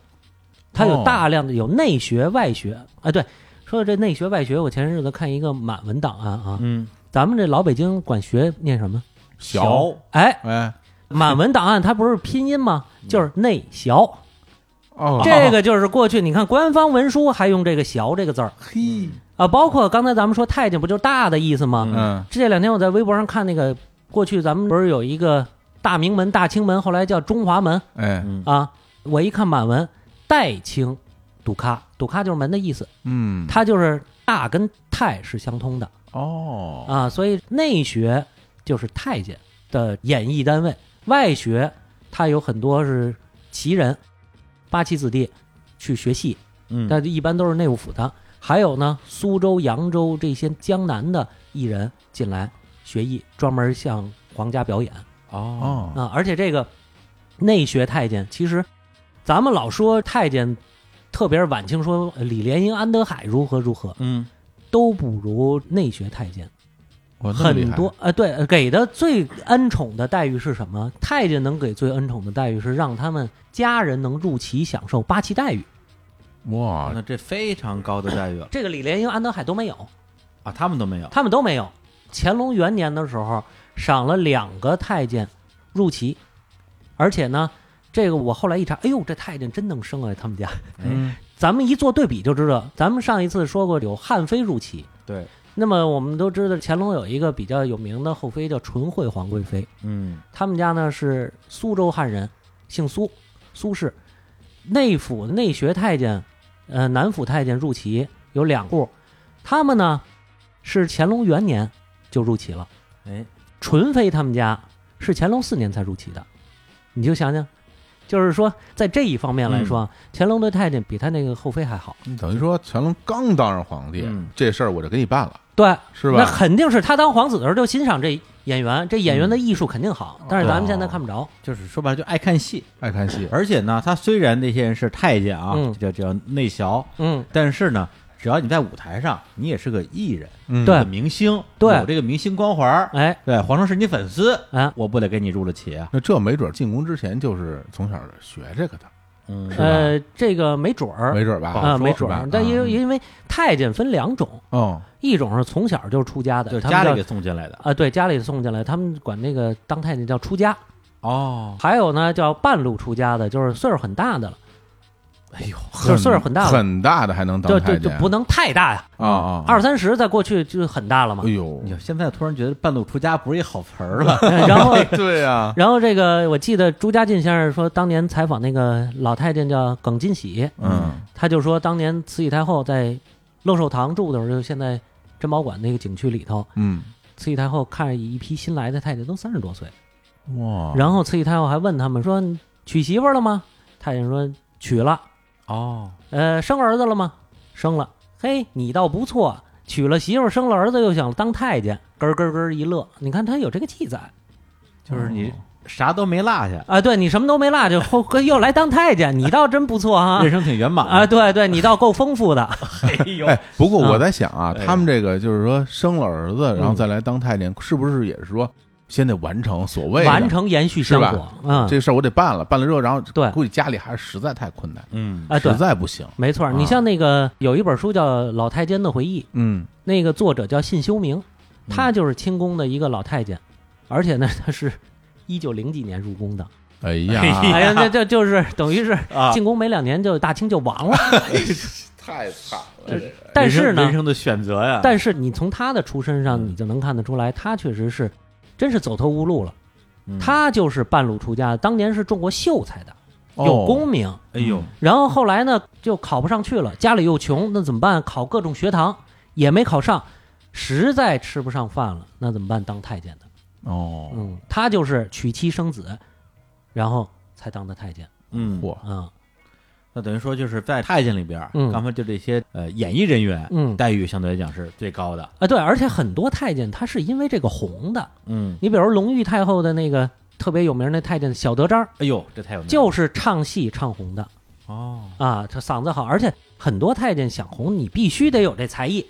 C: 他有
A: 哦
C: 大量的有内学外学。啊，对，说到这内学外学，我前日子看一个满文档案啊，
B: 嗯，
C: 咱们这老北京管学念什么？
A: 小
C: 哎，
A: 哎
C: 满文档案它不是拼音吗？就是内小，
A: 嗯哦
C: 这个就是过去你看官方文书还用这个“小”这个字儿
A: 嘿
C: 啊，包括刚才咱们说太监不就是大的意思吗？
A: 嗯
C: 这两天我在微博上看那个，过去咱们不是有一个大明门、大清门，后来叫中华门
A: 哎
B: 嗯
C: 啊，我一看满文代清堵咖，堵咖就是门的意思，
A: 嗯
C: 它就是大跟太是相通的
A: 哦
C: 啊，所以内学就是太监的演艺单位，外学它有很多是旗人、八旗子弟去学戏，
B: 嗯
C: 但一般都是内务府的。还有呢，苏州、扬州这些江南的艺人进来学艺，专门向皇家表演啊、
B: 哦
A: 哦
C: 而且这个内学太监，其实咱们老说太监，特别是晚清说呃李莲英、安德海如何如何，
B: 嗯
C: 都不如内学太监
A: 我那么厉
C: 很
A: 害
C: 多。呃，对，呃给的最恩宠的待遇是什么？太监能给最恩宠的待遇是让他们家人能入旗享受八旗待遇，
A: 哇
B: 那这非常高的待遇了
C: 这个李莲英、安德海都没有。
B: 啊，他们都没有
C: 他们都没有。乾隆元年的时候，赏了两个太监入旗，而且呢，这个我后来一查，哎呦，这太监真能生啊！他们家，
B: 哎
A: 嗯
C: 咱们一做对比就知道。咱们上一次说过有汉妃入旗，
B: 对，
C: 那么我们都知道乾隆有一个比较有名的后妃叫纯惠皇贵妃，
B: 嗯
C: 他们家呢是苏州汉人，姓苏，苏氏。内府内学太监，呃，南府太监入旗有两户，他们呢是乾隆元年就入旗了。
B: 哎
C: 纯妃他们家是乾隆四年才入旗的，你就想想，就是说在这一方面来说，啊，乾隆的太监比他那个后妃还好，
A: 等于说乾隆刚当上皇帝
B: 嗯
A: 这事儿我就给你办了
C: 对，
A: 是
C: 那
A: 吧？
C: 肯定是他当皇子的时候就欣赏这演员，这演员的艺术肯定好，但是咱们现在看不着，
B: 就是说白了就爱看戏，
A: 爱看戏
B: 而且呢，他虽然那些人是太监啊，
C: 嗯
B: 叫叫内小，
C: 嗯，
B: 但是呢，只要你在舞台上，你也是个艺人，
A: 嗯
C: 对
B: 是个明星，
C: 对
B: 有这个明星光环儿，
C: 哎，
B: 对，皇上是你粉丝，
C: 啊
B: 我不得给你入了旗啊，
A: 那这没准进宫之前就是从小学这个的，
B: 嗯
A: 是吧
C: 呃，这个没准儿
A: 没准儿吧？
C: 啊，没
A: 是
C: 准
A: 吧
C: 儿，但
A: 啊
C: 因为因为太监分两种，
A: 哦
C: 一种是从小就出家
B: 就
C: 的，
B: 是
C: 他
B: 家
C: 们
B: 里
C: 叫
B: 给送进来的
C: 啊，对，家里送进来，他们管那个当太监叫出家，
B: 哦，
C: 还有呢叫半路出家的，就是岁数很大的了，
B: 哎呦，
C: 就是岁数很大了，
A: 很大的还能当
C: 就
A: 太
C: 就
A: 监
C: 就不能太大呀，
A: 啊啊！
C: 二三十在过去就很大了嘛，
A: 哎。呦
B: 你，看现在突然觉得半路出家不是一好词儿了
A: 哎
C: 然后，
A: 对呀，
C: 然后这个我记得朱家进先生说，当年采访那个老太监叫耿金喜，
A: 嗯
C: 他就说当年慈禧太后在乐寿堂住的时候，就现在珍宝馆那个景区里头，
A: 嗯，
C: 慈禧太后看着一批新来的太监都三十多岁，
A: 嗯哇，
C: 然后慈禧太后还问他们说娶媳妇儿了吗？太监说娶了。
B: 哦，
C: 呃，生儿子了吗？生了。嘿，你倒不错，娶了媳妇儿，生了儿子，又想当太监，咯咯咯一乐。你看他有这个记载，
B: 就是你啥都没落下，
C: 啊，对你什么都没落，就后又来当太监，你倒真不错啊
B: 人！生挺圆满
C: 啊，，对对，你倒够丰富的，
B: 哎呦
A: 哎，不过
C: 啊
A: 我在想啊，
B: 哎
A: 他们这个就是说生了儿子，然后
C: 嗯
A: 再来当太监，是不是也是说先得完成所谓的
C: 完成延续香
A: 是
C: 火，嗯，
A: 这事儿我得办了，办了之后，然后
C: 对
A: 估计家里还是实在太困难，
B: 嗯
C: 哎，对
A: 实，在不行，
C: 没错儿。你
A: 啊
C: 像那个有一本书叫《老太监的回忆》，
A: 嗯，
C: 那个作者叫信修明，
B: 嗯
C: 他就是清宫的一个老太监，而且呢，他是一九零几年入宫的，
A: 哎
B: 哎
A: 呀，
C: 哎呀，这这就是等于是
B: 啊，
C: 进宫没两年就大清就亡了。
A: 太惨了
C: 这但是
B: 人生
C: 呢
B: 啊嗯人，生的选择呀，
C: 但是你从他的出身上，你就能看得出来，他确实是真是走投无路了。
B: 嗯
C: 他就是半路出家，当年是中国秀才的，有
A: 哦
C: 功名。
B: 哎呦，
C: 然后后来呢，就考不上去了，家里又穷，那怎么办？考各种学堂也没考上，实在吃不上饭了，那怎么办？当太监的，
A: 哦，
C: 嗯，他就是娶妻生子，然后才当的太监，
B: 嗯，
A: 嚯，
C: 嗯
B: 那等于说就是在太监里边儿，
C: 嗯
B: 刚才就这些呃演艺人员
C: 嗯
B: 待遇相对来讲是最高的，
C: 啊，对，而且很多太监他是因为这个红的，
B: 嗯，
C: 你比如隆裕太后的那个特别有名那太监小德张，
B: 哎呦，这太有名了
C: 就是唱戏唱红的
B: 哦，
C: 啊，他嗓子好，而且很多太监想红，你必须得有这才艺。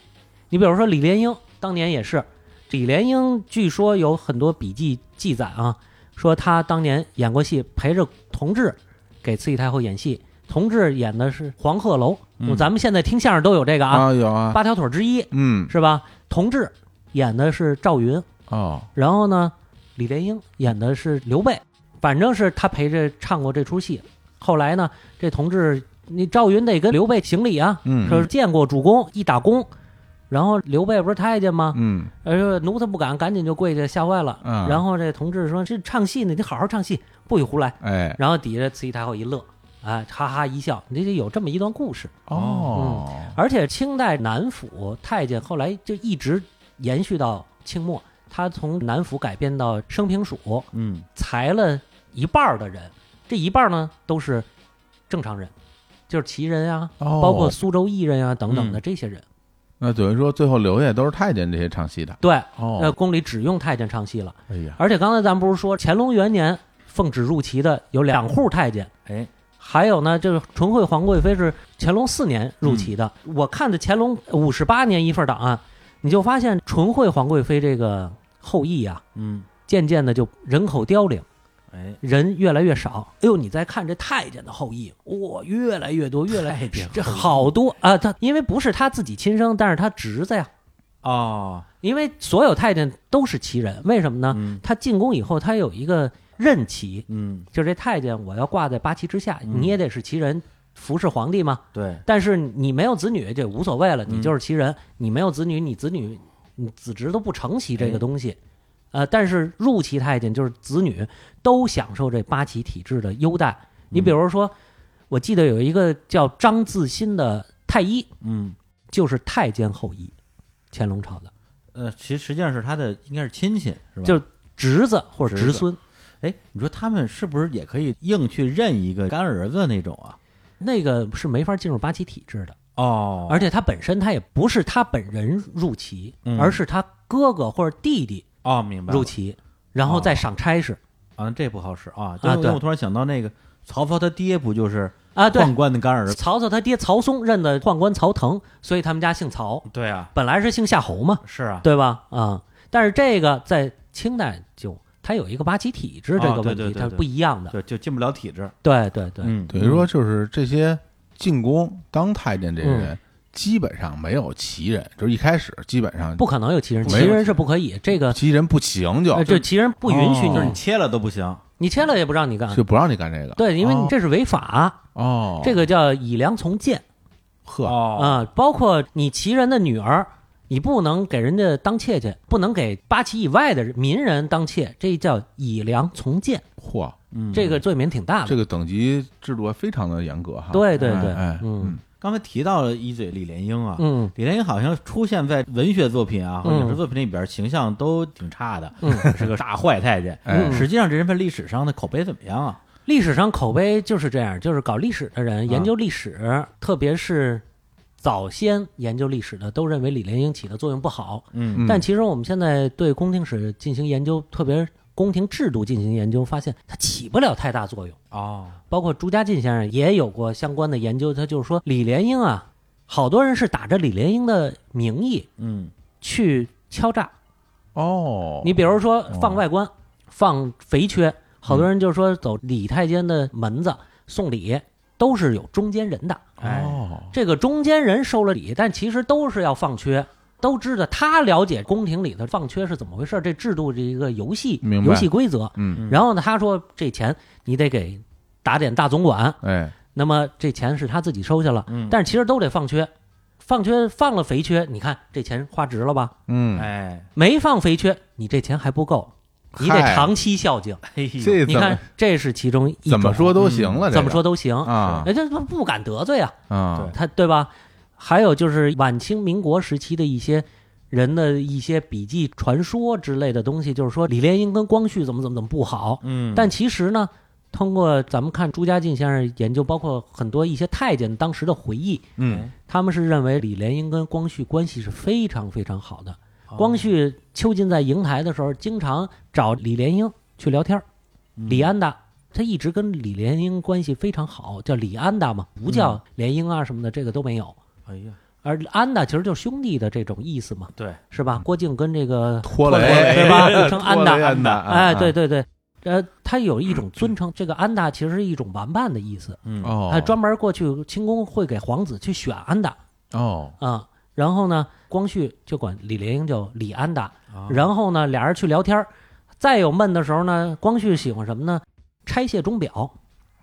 C: 你比如说李莲英，当年也是，李莲英据说有很多笔记记载啊，说她当年演过戏，陪着同治给慈禧太后演戏，同治演的是《黄鹤楼》
B: 嗯
C: 咱们现在听相声都有这个啊，
A: 啊有啊，
C: 八条腿之一
A: 嗯，
C: 是吧？同治演的是赵云，
A: 哦，
C: 然后呢，李莲英演的是刘备，反正是他陪着唱过这出戏。后来呢，这同志，你赵云得跟刘备行礼啊，
A: 嗯
C: 说见过主公，一打躬。然后刘备不是太监吗？
A: 嗯，
C: 呃，说奴才不敢，赶紧就跪下，吓坏了。
A: 啊
C: 然后这同志说：“这唱戏呢，你好好唱戏，不许胡来。
A: 哎”，
C: 然后底下慈禧太后一乐，啊，哈哈一笑。你这有这么一段故事。
A: 哦，
C: 而且清代南府太监后来就一直延续到清末，他从南府改编到升平署，
B: 嗯，
C: 裁了一半儿的人，这一半儿呢都是正常人，就是旗人啊，
A: 哦嗯
C: 包括苏州艺人啊等等的这些人。
A: 那等于说最后留下都是太监这些唱戏的，
C: 对，呃，
A: 哦，
C: 宫里只用太监唱戏了。
A: 哎呀，
C: 而且刚才咱们不是说乾隆元年奉旨入齐的有两户太监，
B: 哎，
C: 还有呢，就是纯惠皇贵妃是乾隆四年入齐的。
B: 嗯
C: 我看的乾隆五十八年一份档案，你就发现纯惠皇贵妃这个后裔啊，
B: 嗯，
C: 渐渐的就人口凋零，
B: 哎，
C: 人越来越少。哎呦，你再看这太监的后裔，哇、越来越多，越来
B: 太监后裔
C: 这好多啊！他因为不是他自己亲生，但是他侄子呀。
B: 哦，
C: 因为所有太监都是旗人，为什么呢？
B: 嗯
C: 他进宫以后，他有一个任旗，
B: 嗯，
C: 就是这太监我要挂在八旗之下，
B: 嗯
C: 你也得是旗人，服侍皇帝嘛。
B: 对，
C: 但是你没有子女这无所谓了，
B: 嗯
C: 你就是旗人，你没有子女，你子女你子侄都不承袭这
B: 哎
C: 个东西。呃，但是入旗太监就是子女都享受这八旗体制的优待。你比如
B: 嗯
C: 说，我记得有一个叫张自新的太医，
B: 嗯，
C: 就是太监后裔，乾隆朝的
B: 呃，其实实际上是他的应该是亲戚是吧？
C: 就侄子或者
B: 侄
C: 侄
B: 子
C: 孙。
B: 哎，你说他们是不是也可以硬去认一个干儿子那种啊？
C: 那个是没法进入八旗体制的，
B: 哦
C: 而且他本身他也不是他本人入旗，
B: 嗯
C: 而是他哥哥或者弟弟
B: 哦，明白了
C: 入旗，然后再赏差事
B: 啊，这不好使啊！
C: 啊
B: 因为
C: 对
B: 我突然想到那个曹操他爹不就是
C: 啊。对，
B: 宦官的干儿子？
C: 曹操他爹曹嵩认的宦官曹腾，所以他们家姓曹，
B: 对啊，
C: 本来是姓夏侯嘛，
B: 是啊，
C: 对吧？啊、但是这个在清代就它有一个八旗体制这
B: 啊
C: 个
B: 对
C: 问题，
B: 对对
C: 它
B: 对
C: 是不一样的。
B: 对，就进不了体制。
C: 对对对，
B: 嗯，
A: 等于说就是这些进宫当太监这些人，
C: 嗯
A: 基本上没有旗人，就是一开始基本上
C: 不可能有旗人，
A: 没
C: 旗
A: 有
C: 人是不可以，这个
A: 旗人不行就，
C: 呃这旗人不允许
A: 哦
B: 就是
C: 你
B: 你，切了都不行。
C: 你切了也不让你干。
A: 就不让你干这个。
C: 对，因为你
A: 哦
C: 这是违法，
A: 哦，
C: 这个叫以良从谏
A: 呵，
B: 哦，
C: 啊。包括你旗人的女儿，你不能给人家当妾去，不能给八旗以外的人民人当妾，这叫以良从谏，
A: 嚯，
B: 嗯
C: 这个罪名挺大的
A: 这。个等级制度非常的严格哈。
C: 啊对对对
A: 哎哎，
C: 嗯
B: 刚才提到了一嘴李莲英啊，
C: 嗯
B: 李莲英好像出现在文学作品啊和影视作品里边，形象都挺差的，
C: 嗯，
B: 是个大坏太监。
A: 哎
C: 嗯
B: 实际上，这人在历史上的口碑怎么样啊？
C: 历史上口碑就是这样，就是搞历史的人研究历史，特别是早先研究历史的，都认为李莲英起的作用不好。
B: 嗯
A: 嗯
C: 但其实我们现在对宫廷史进行研究，特别宫廷制度进行研究，发现它起不了太大作用。
B: 哦，
C: 包括朱家进先生也有过相关的研究，他就是说李莲英啊，好多人是打着李莲英的名义
B: 嗯，
C: 去敲诈。
A: 哦，
C: 你比如说放外观，放肥缺，好多人就说走李太监的门子送礼，都是有中间人的。
B: 哎，
A: 哦，
C: 这个中间人收了礼，但其实都是要放缺，都知道他了解宫廷里的放缺是怎么回事，这制度这一个游戏
A: 明白
C: 游戏规则。
A: 嗯，
C: 然后呢，他说这钱你得给打点大总管，
A: 哎，
C: 那么这钱是他自己收下了，
B: 嗯
C: 但是其实都得放缺，放缺放了肥缺，你看这钱花值了吧？
A: 嗯，
B: 哎，
C: 没放肥缺，你这钱还不够，你得
A: 嗨
C: 长期孝敬。
B: 嘿呦
A: 这怎
C: 你
A: 么
C: 看，这是其中一种嗯
A: 怎么说都行了，这个
C: 怎么说都行，
A: 啊
C: 人家不不敢得罪啊，
A: 啊，
C: 他对吧？还有就是晚清民国时期的一些人的一些笔记、传说之类的东西，就是说李莲英跟光绪怎么怎么怎么不好，
B: 嗯，
C: 但其实呢，通过咱们看朱家进先生研究，包括很多一些太监当时的回忆，
A: 嗯，
C: 他们是认为李莲英跟光绪关系是非常非常好的。
B: 哦
C: 光绪囚禁在瀛台的时候，经常找李莲英去聊天儿。
B: 嗯
C: 李
B: 哦
C: 安达他一直跟李莲英关系非常好，叫李安达嘛，不
B: 嗯
C: 叫莲英啊什么的，这个都没有。
B: 哎呀，
C: 而安达其实就是兄弟的这种意思嘛，
B: 对，嗯
C: 是吧？郭靖跟这个
A: 拖
C: 雷
A: 雷
C: 对吧就成安达
A: 安达，
B: 啊
C: 哎，对，对对，呃，他有一种尊称，这个安达其实是一种玩伴的意思。
B: 嗯，
A: 哦，
C: 他专门过去清宫会给皇子去选安达
A: 哦，
C: 啊，然后呢，光绪就管李莲英叫李安达，
B: 啊
C: 然后呢，俩人去聊天儿再有闷的时候呢，光绪喜欢什么呢？拆卸钟表，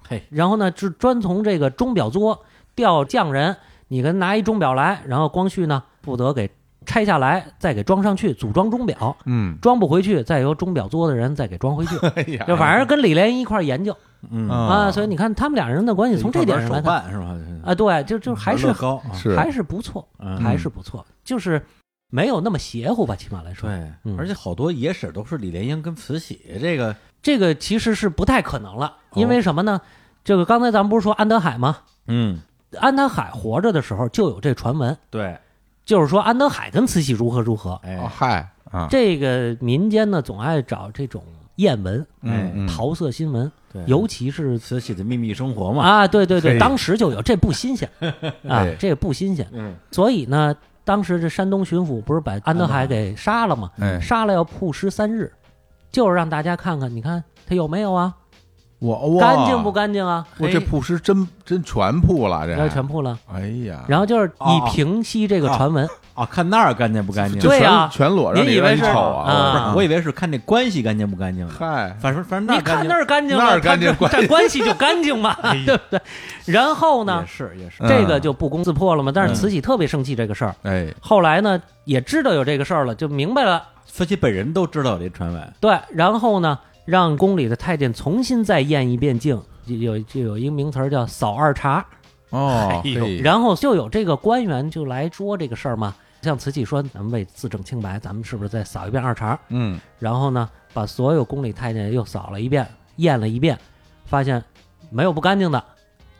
B: 嘿，
C: 然后呢，就专从这个钟表作调匠人，你给他拿一钟表来，然后光绪呢负责给拆下来，再给装上去，组装钟表，
A: 嗯，
C: 装不回去，再由钟表作的人再给装回 去，
A: 哎呀
C: 就反正跟李莲英一块儿研究
B: 嗯
A: 啊
C: 啊，所以你看他们俩人的关系从这点上来
B: 手
C: 看
B: 办是吧？
C: 啊，对，就就还是
B: 乐高，啊
A: 是
C: 哦还是不错，
B: 嗯
C: 还是不错，就是没有那么邪乎吧，起码来说，
B: 对
C: 嗯，
B: 而且好多野史都是李莲英跟慈禧这个，
C: 这个其实是不太可能了，因为什么呢？这个刚才咱们不是说安德海吗？
B: 嗯，
C: 安德海活着的时候就有这传闻，
B: 对，
C: 就是说安德海跟慈禧如何如何。
A: 哦
B: 哎，
A: 嗨啊，
C: 这个民间呢，总爱找这种艳闻、
A: 嗯嗯
C: 桃色新闻，
B: 对，
C: 尤其是
B: 慈禧的秘密生活嘛，
C: 啊，对对
A: 嘿
C: 对，当时就有，这不新鲜啊
A: 嘿，
C: 这不新鲜。
B: 嗯，
C: 所以呢，当时这山东巡抚不是把安德海给杀了吗？
A: 哎，
C: 杀了要曝尸三日，就是让大家看看，你看他有没有啊，
A: 我哇，
C: 干净不？干净啊？
A: 我这铺师真真全铺了，
C: 要
A: 这
C: 全铺了。
A: 哎呀，
C: 然后就是
B: 哦
C: 以平息这个传闻，
B: 啊，看那儿干净不干净？
A: 就
C: 对
A: 全
C: 呀
A: 全裸让
C: 你以
A: 让
C: 为
A: 你
C: 是
A: 瞅啊
C: 啊！
B: 我以为是看这关系干净不干净，
A: 嗨，
B: 反正反正
C: 你
B: 儿干
C: 看
B: 净
C: 那儿干净了，
A: 那儿干净
C: 看这这关系就干净嘛， 对不对？然后呢
B: 也，是也是，
A: 嗯
C: 这个就不攻自破了嘛。但是慈禧特别生气这个事儿，
A: 哎，
C: 后来呢也知道有这个事儿了，就明白了，
B: 慈禧本人都知道这传闻，
C: 对。然后呢，让宫里的太监重新再验一遍镜，就有就有一个名词儿叫扫二查，
A: 哦，
B: 哎呦
A: 嘿
C: 然后就有这个官员就来说这个事儿嘛。像慈禧说，咱们为自证清白，咱们是不是再扫一遍二查？
A: 嗯，
C: 然后呢，把所有宫里太监又扫了一遍，验了一遍，发现没有不干净的。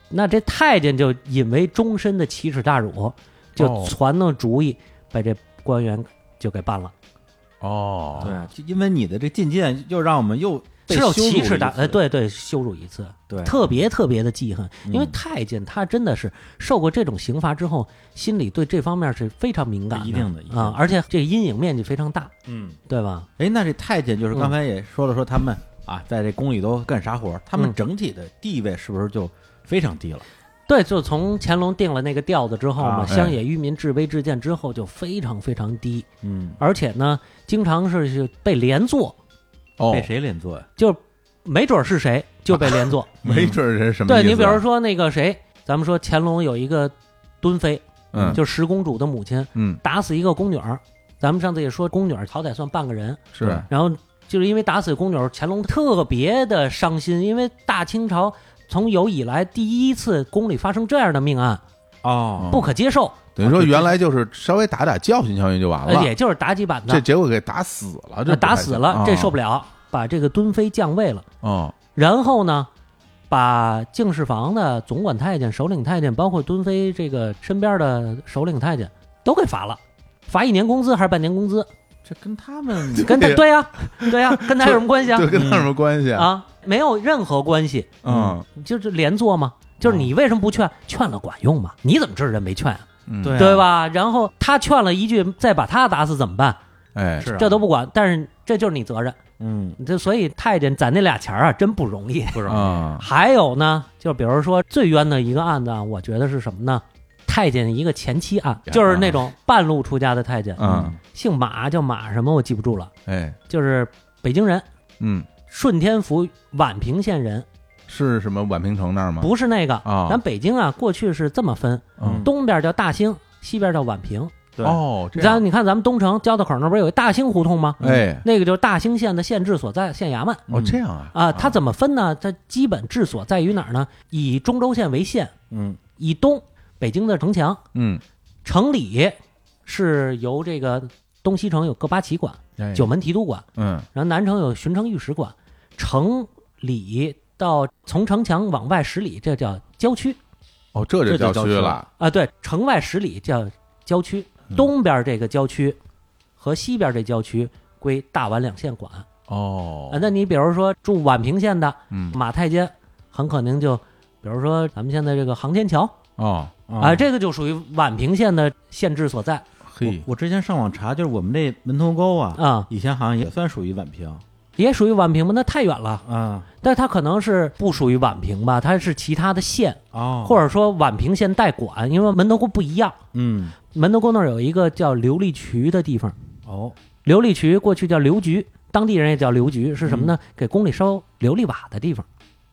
C: 那这太监就引为终身的奇耻大辱，就
A: 哦
C: 传弄主意，把这官员就给办了，
A: 哦，
B: 对，就因为你的这进谏又让我们又被
C: 是有
B: 羞辱
C: 奇耻
B: 一
C: 大，
B: 次
C: 哎，对对，羞辱一次，
B: 对，
C: 特别特别的记恨，因为
B: 嗯
C: 太监他真的是受过这种刑罚之后，心里对这方面是非常敏感的，
B: 一定的一定的
C: 啊，而且这阴影面积非常大，
B: 嗯，
C: 对吧？
B: 哎，那这太监就是刚才也说了说他们啊，在这宫里都干啥活儿，他们
C: 嗯
B: 整体的地位是不是就非常低了？
C: 对，就从乾隆定了那个调子之后嘛，
A: 哎
B: 啊
C: 乡野愚民治微治贱之后就非常非常低，
B: 嗯，
C: 而且呢，经常是是被连坐，
A: 哦
B: 被，谁连坐呀？
C: 就没准儿是谁就被连坐。
A: 没准儿 是什么意
C: 对
A: 思？啊
C: 你比如说那个谁，咱们说乾隆有一个敦妃，
A: 嗯
C: 就是十公主的母亲，
A: 嗯
C: 打死一个宫女儿。咱们上次也说，宫女儿好歹算半个人，
A: 是
C: 然后就是因为打死宫女儿，乾隆特别的伤心，因为大清朝从有以来第一次宫里发生这样的命案，
B: 哦，
C: 不可接受，
A: 等于说原来就是稍微打打教训教训就完
C: 呃
A: 了，
C: 也就是打几板
A: 这
C: 子，
A: 结果给打死了，啊这不太
C: 打死了，这受不
A: 了
C: 了，把这个敦妃降位了。
A: 哦
C: 然后呢，把敬事房的总管太监、首领太监，包括敦妃这个身边的首领太监，都给罚了，罚一年工资还是半年工资？
B: 这跟他 们
C: 跟他对呀，对呀，跟他有什么关系啊
A: 就？跟他有什么关系？
C: 啊，没有任何关系，
A: 嗯，
C: 就是连坐嘛。就是你为什么不劝？劝了管用吗？你怎么知道人没劝啊？
A: 嗯
B: 对啊
C: 对吧？然后他劝了一句，再把他打死怎么办？
A: 哎，
B: 是啊
C: 这都不管，但是这就是你责任。
B: 嗯
C: 这所以太监攒那俩钱儿啊，真不容易。
B: 不是
A: 啊，
C: 还有呢，就比如说最冤的一个案子啊，我觉得是什么呢？太监一个前妻案，就是
A: 啊
C: 那种半路出家的太监，
A: 嗯，
C: 姓马叫马什么我记不住了，
A: 哎，
C: 就是北京人，
A: 嗯，
C: 顺天府宛平县人，
A: 是什么宛平城那儿吗？
C: 不是那个。
A: 啊
C: 咱北京啊，过去是这么分，
A: 嗯
C: 东边叫大兴，西边叫宛平。
B: 对
A: 哦，这样
C: 咱你嗯看咱们东城交道口那不是有一大兴胡同吗？
A: 哎，
C: 那个就是大兴县的县治所在，县衙门。
A: 哦，这样啊，
C: 啊，它怎么分呢？它基本治所在于哪儿呢？以中轴线为线，
B: 嗯
C: 以东北京的城墙，
A: 嗯，
C: 城里是由这个东西城有各八旗管、
A: 哎
C: 九门提督管，
A: 嗯
C: 然后南城有巡城御史管，城里到从城墙往外十里，这叫郊区
A: 哦，这就
B: 这就
A: 叫
B: 叫
A: 区
B: 区
A: 了，
C: 啊，对，城外十里叫郊区，
A: 嗯
C: 东边这个郊区和西边这郊区归大宛两县管。
A: 哦
C: 啊，那你比如说住宛平县的
A: 嗯
C: 马太监，很可能就，比如说咱们现在这个航天桥
A: 哦，
C: 啊，
B: 啊
C: 这个就属于宛平县的县治所在
A: 嘿，
B: 我之前上网查，就是我们这门头沟啊，
C: 啊，
B: 以前好像也算属于宛平
C: 也属于宛平吗？那太远了，
B: 啊
C: 但它可能是不属于宛平吧，它是其他的县，
B: 哦，
C: 或者说宛平县代管，因为门头沟不一样，
B: 嗯
C: 门头沟那儿有一个叫琉璃渠的地方，
B: 哦
C: 琉璃渠过去叫刘局，当地人也叫刘局，是什么呢？
B: 嗯
C: 给宫里烧琉璃瓦的地方，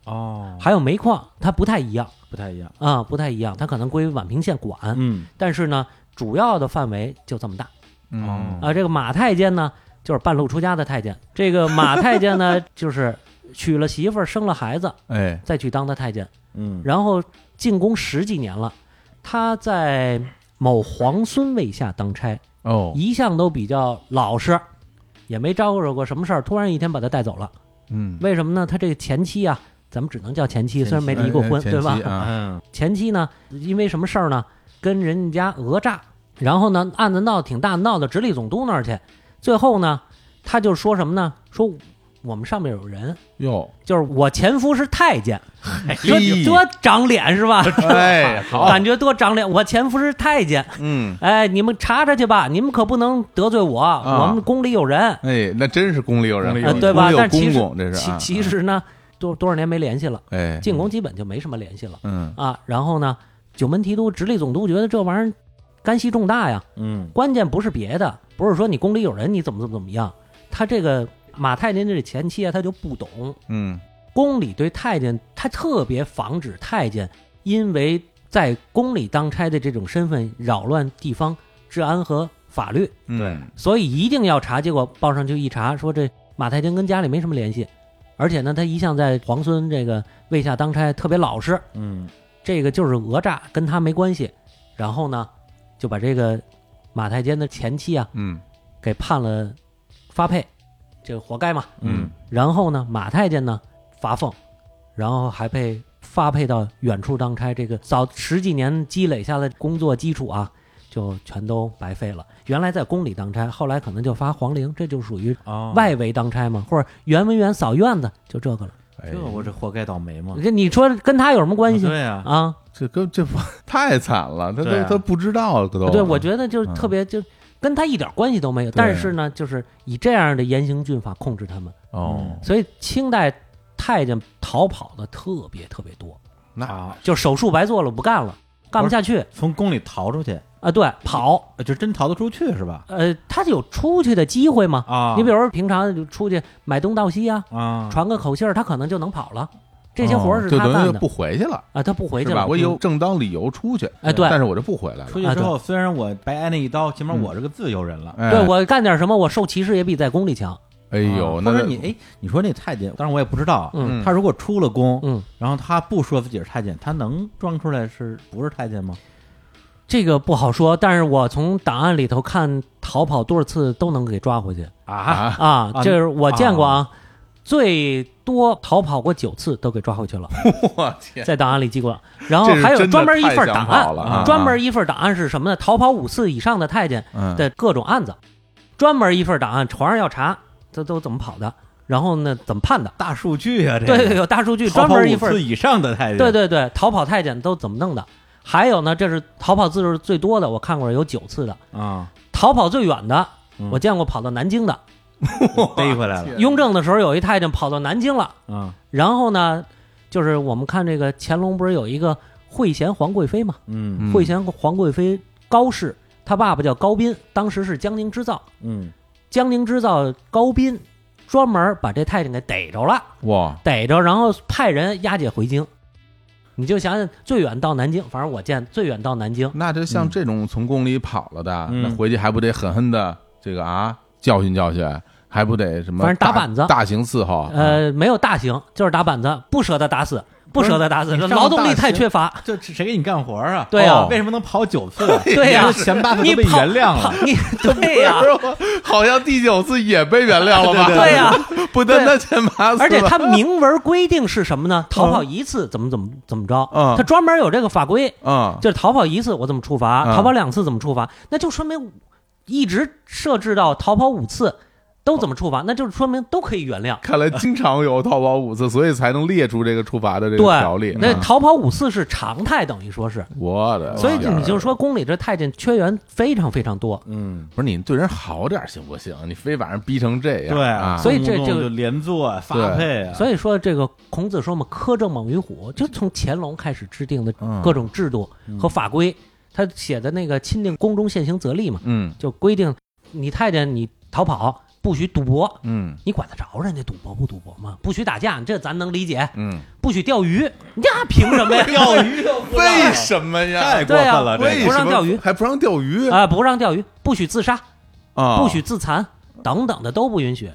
B: 哦，
C: 还有煤矿，它不太一样
B: 不太一样，
C: 啊，不太一样，它可能归宛平县管。
B: 嗯
C: 但是呢，主要的范围就这么大
A: 嗯
B: 哦
C: 啊。这个马太监呢，就是半路出家的太监。这个马太监呢， 就是娶了媳妇儿，生了孩子，
A: 哎，
C: 再去当的太监，
B: 嗯
C: 然后进宫十几年了。他在某皇孙位下当差，
A: 哦，
C: 一向都比较老实，也没招惹过什么事儿。突然一天把他带走了，
A: 嗯，
C: 为什么呢？他这个前妻啊，咱们只能叫前妻，
B: 前妻
C: 虽然没离过
A: 哎
C: 婚，
A: 前
C: 对吧
A: 妻？啊
B: 嗯
C: 前妻呢，因为什么事儿呢，跟人家讹诈，然后呢，案子闹得挺大，闹到直隶总督那儿去。最后呢，他就说什么呢？说我们上面有人，
A: 哟，
C: 就是我前夫是太监，
A: 哎
C: 说
A: 嘿
C: 多长脸 是吧？
A: 哎，好，
C: 感觉多长脸，我前夫是 太监，
A: 嗯，
C: 哎，你们查查去吧，你们可不能得罪我，
A: 啊
C: 我们宫里有人，
A: 哎，那真是宫里有人
B: 宫里，有
C: 啊
B: 人
C: 对吧？
A: 有
C: 但是其
A: 公
C: 实
A: 公，这是
C: 其
A: 啊，
C: 其实呢，多多少年没联系了，
A: 哎，
C: 进宫基本就没什么联系了。
A: 嗯，
C: 啊，然后呢，九门提督、直隶总督觉得这玩意儿干系重大呀。
B: 嗯
C: 关键不是别的，不是说你宫里有人，你怎么怎么怎么样。他这个马太监这前妻啊，他就不懂
A: 嗯，
C: 宫里对太监，他特别防止太监因为在宫里当差的这种身份扰乱地方治安和法律，
A: 嗯
B: 对，
C: 所以一定要查。结果报上去一查，说这马太监跟家里没什么联系，而且呢，他一向在皇孙这个位下当差，特别老实。
B: 嗯
C: 这个就是讹诈，跟他没关系。然后呢，就把这个马太监的前妻啊
A: 嗯，
C: 给判了发配，这活该嘛。
B: 嗯
C: 然后呢，马太监呢罚俸，然后还被发配到远处当差，这个早十几年积累下的工作基础啊，就全都白费了。原来在宫里当差，后来可能就发皇陵，这就属于
B: 哦，
C: 外围当差嘛，或者园文员扫院子，就这个了。
A: 哎
B: 这我这活该倒霉嘛，
C: 这你说跟他有什么嗯关系
B: 嗯对呀，
C: 啊？
A: 这跟这不太惨了，他
B: 对
A: 都
B: 啊
A: 他不知道都。
C: 对，我觉得就是
A: 嗯
C: 特别，就跟他一点关系都没有。
A: 对
C: 但是呢，就是以这样的严刑峻法控制他们，
A: 哦，
C: 所以清代太监逃跑的特别特别多，
B: 啊
C: 就手术白做了，不干了，干不下去
B: 从宫里逃出去，
C: 啊，对，跑。
B: 呃就真逃得出去是吧？
C: 呃，他有出去的机会吗？
B: 啊，
C: 你比如说平常就出去买东到西啊，
B: 啊，
C: 传个口信儿，他可能就能跑了。这些活儿
A: 哦
C: 是
A: 就
C: 他
A: 等于
C: 干
A: 就
C: 的
A: 不回去了，
C: 啊，他不回去
A: 是吧？
C: 了。
A: 我有正当理由出去，
C: 哎，对
A: 但是我就不回来了
B: 出。去之后，虽然我白挨那一刀，起码我是个自由人了。
A: 哎
C: 嗯对，我干点什么，我受歧视也比在宫里强。
A: 哎呦，
B: 啊
A: 那
B: 或者你哎，你说那太监，当然我也不知道，啊
C: 嗯
B: 他如果出了宫，
C: 嗯，
B: 然后他不说自己是太监，他能装出来是不是太监吗？
C: 这个不好说，但是我从档案里头看，逃跑多少次都能给抓回去
B: 啊，
A: 啊，
C: 啊！
B: 啊
C: 这是我见过啊，最多逃跑过九次都给抓回去了，
A: 我天，
C: 在档案里记过。然后
A: 这是
C: 哦还有
A: 真的
C: 专门一
A: 太
C: 份
A: 想
C: 档
A: 跑
C: 案，
A: 了啊
C: 专门一份档案是什么呢？逃跑五次以上的太监
A: 嗯
C: 的各种案子，专门一份档案，皇上要查，这都怎么跑的，然后呢怎么判的？
B: 大数据
A: 哎
B: 啊，这
C: 对
B: 个
C: 对，有大数据，
B: 逃
C: 专
B: 跑
C: 门一
B: 五
C: 份
B: 次以上的太监，
C: 对对对，逃跑太监都怎么弄的？还有呢，这是逃跑次数最多的，我看过有九次的，
B: 啊，
C: 逃跑最远的，
B: 嗯
C: 我见过跑到南京的。
B: 逮回来了，
A: 天
C: 雍正的时候有一太监跑到南京了，
B: 啊，
C: 然后呢，就是我们看这个乾隆不是有一个惠贤皇贵妃嘛？
B: 嗯
A: 嗯
C: 惠贤皇贵妃高氏，她爸爸叫高斌，当时是江宁织造，
B: 嗯，
C: 江宁织造高斌专门把这太监给逮着了。
A: 哇，
C: 逮着，然后派人押解回京。你就想想最远到南京，反正我见最远到南京，
A: 那就
C: 嗯
A: 像这种从宫里跑了的，
B: 嗯
A: 那回去还不得狠狠的这个啊教训教训，还不得什么
C: 反正打
A: 大
C: 板子
A: 大刑伺候，
C: 呃，没有大刑，就是打板子，不舍得打死，不舍得打死，
B: 不是你上
C: 劳动力
B: 大
C: 太
B: 学
C: 缺乏，
B: 这这谁给你干活啊？
C: 对啊
B: 哦为什么能跑九次？
C: 对呀
B: 你说前八次
C: 你
B: 都被
C: 跑
B: 原谅
C: 跑
B: 了，
C: 你对呀、
A: 好像第九次也被原谅了吧？
C: 对呀、
A: 不单单前八次，
C: 而且他明文规定是什么呢？逃
B: 嗯
C: 跑一次怎么怎么怎么着？
A: 嗯
C: 他专门有这个法规，
A: 嗯，
C: 就是逃跑一次我怎么处罚，
A: 嗯
C: 逃跑两次怎么处罚，那就说明一直设置到逃跑五次都怎么处罚，
A: 哦
C: 那就是说明都可以原谅。
A: 看来经常有逃跑五次，所以才能列出这个处罚的这个
C: 对
A: 条例。
C: 那
A: 嗯
C: 逃跑五次是常态，等于说是，
A: 我的
C: 所以
A: 天儿
C: 你就说宫里这太监缺员非常非常多，
B: 嗯，
A: 不是你对人好点儿行不行？你非把人逼成这样，
B: 对
A: 啊，
C: 所以这
B: 动不动
C: 这个
B: 就连坐啊发
A: 对
B: 配啊，
C: 所以说这个孔子说嘛，苛政猛于虎，就从乾隆开始制定的
A: 嗯
C: 各种制度和法规，他写的那个《钦定宫中现行则例》嘛，
A: 嗯
C: 就规定你太监你逃跑不许赌博，
A: 嗯
C: 你管得着人家赌博不赌博吗？不许打架，这咱能理解，
A: 嗯，
C: 不许钓鱼，那凭什 么呀？
B: 钓鱼都不让
A: 为什么呀？
B: 太过分了，
C: 对啊
B: 这
A: 为
B: 个
C: 不
A: 什
C: 让
A: 么
C: 钓鱼
A: 还不让钓鱼
C: 啊、不让钓鱼，不许自杀，
A: 啊？
C: 不许！自残，等等的都不允许。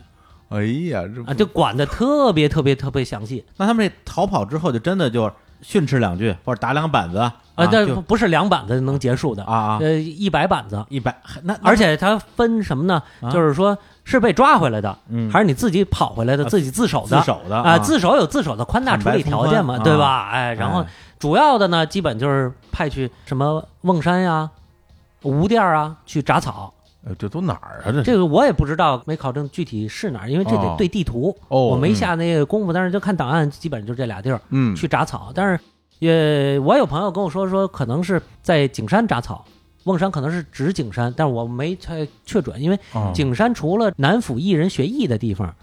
A: 哎呀，这
C: 啊，就管的特别特别特别详细
B: 那他们这逃跑之后就真的就训斥两句或者打两板子啊
C: 啊，这
B: 就
C: 不不是两板子能结束的
B: 啊啊
C: 呃，一百板子，
B: 一百那那
C: 而且它分什么呢？
B: 啊
C: 就是说是被抓回来的，
B: 嗯
C: 还是你自己跑回来的，
B: 啊
C: 自己自首的，
B: 自首的
C: 啊，自首有自首的宽大处理条件嘛，
B: 坦白从宽
C: 对吧？哎，然后
B: 哎
C: 主要的呢，基本就是派去什么瓮山呀、吴店儿啊去铡草，
A: 呃这都哪儿啊？这是
C: 这个我也不知道，没考证具体是哪儿，因为这得
A: 哦
C: 对地图，
A: 哦，
C: 我没
A: 嗯
C: 下那个功夫，但是就看档案，基本就这俩地儿。
A: 嗯
C: 去铡草，但是也我有朋友跟我说说，可能是在景山铡草，瓮山可能是指景山，但是我没太确准，因为
A: 哦
C: 景山除了南府艺人学艺的地方，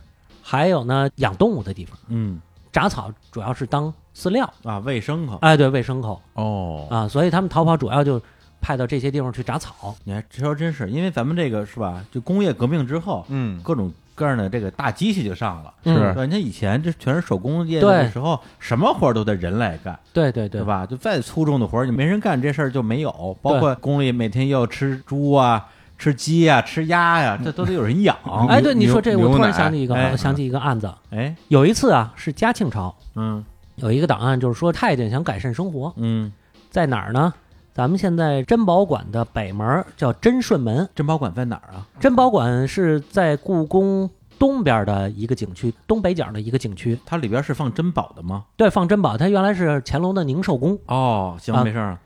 C: 还有呢养动物的地方，
B: 嗯
C: 铡草主要是当饲料，
B: 啊卫生口，
C: 哎，对，喂牲口
A: 哦，
C: 啊，所以他们逃跑主要就派到这些地方去铡草，
B: 你还这说真是，因为咱们这个是吧？就工业革命之后，
C: 啊
A: 嗯
B: 各种各样的这个大机器就上了。
C: 嗯
A: 是
B: 对，你看以前这全是手工业的
C: 对
B: 时候，什么活儿都得人来干，
C: 对对
B: 对
C: 对？
B: 吧？就再粗重的活儿，你没人干这事儿就没有。包括宫里每天要吃猪啊、吃鸡啊、吃鸭呀、这都得有人养。
C: 哎，对，你说这，
A: 牛
C: 我突然
A: 奶
C: 想起一个，
B: 哎
C: 我想起一个案子，
B: 哎，
C: 有一次啊，是嘉庆朝
B: 嗯
C: 有一个档案，就是说太监想改善生活，
B: 嗯，
C: 在哪儿呢？咱们现在珍宝馆的北门儿叫珍顺门，
B: 珍宝馆在哪儿啊？
C: 珍宝馆是在故宫东边的一个景区，东北角的一个景区。
B: 它里边是放珍宝的吗？
C: 对，放珍宝，它原来是乾隆的宁寿宫
B: 哦，行
C: 啊，
B: 没事儿。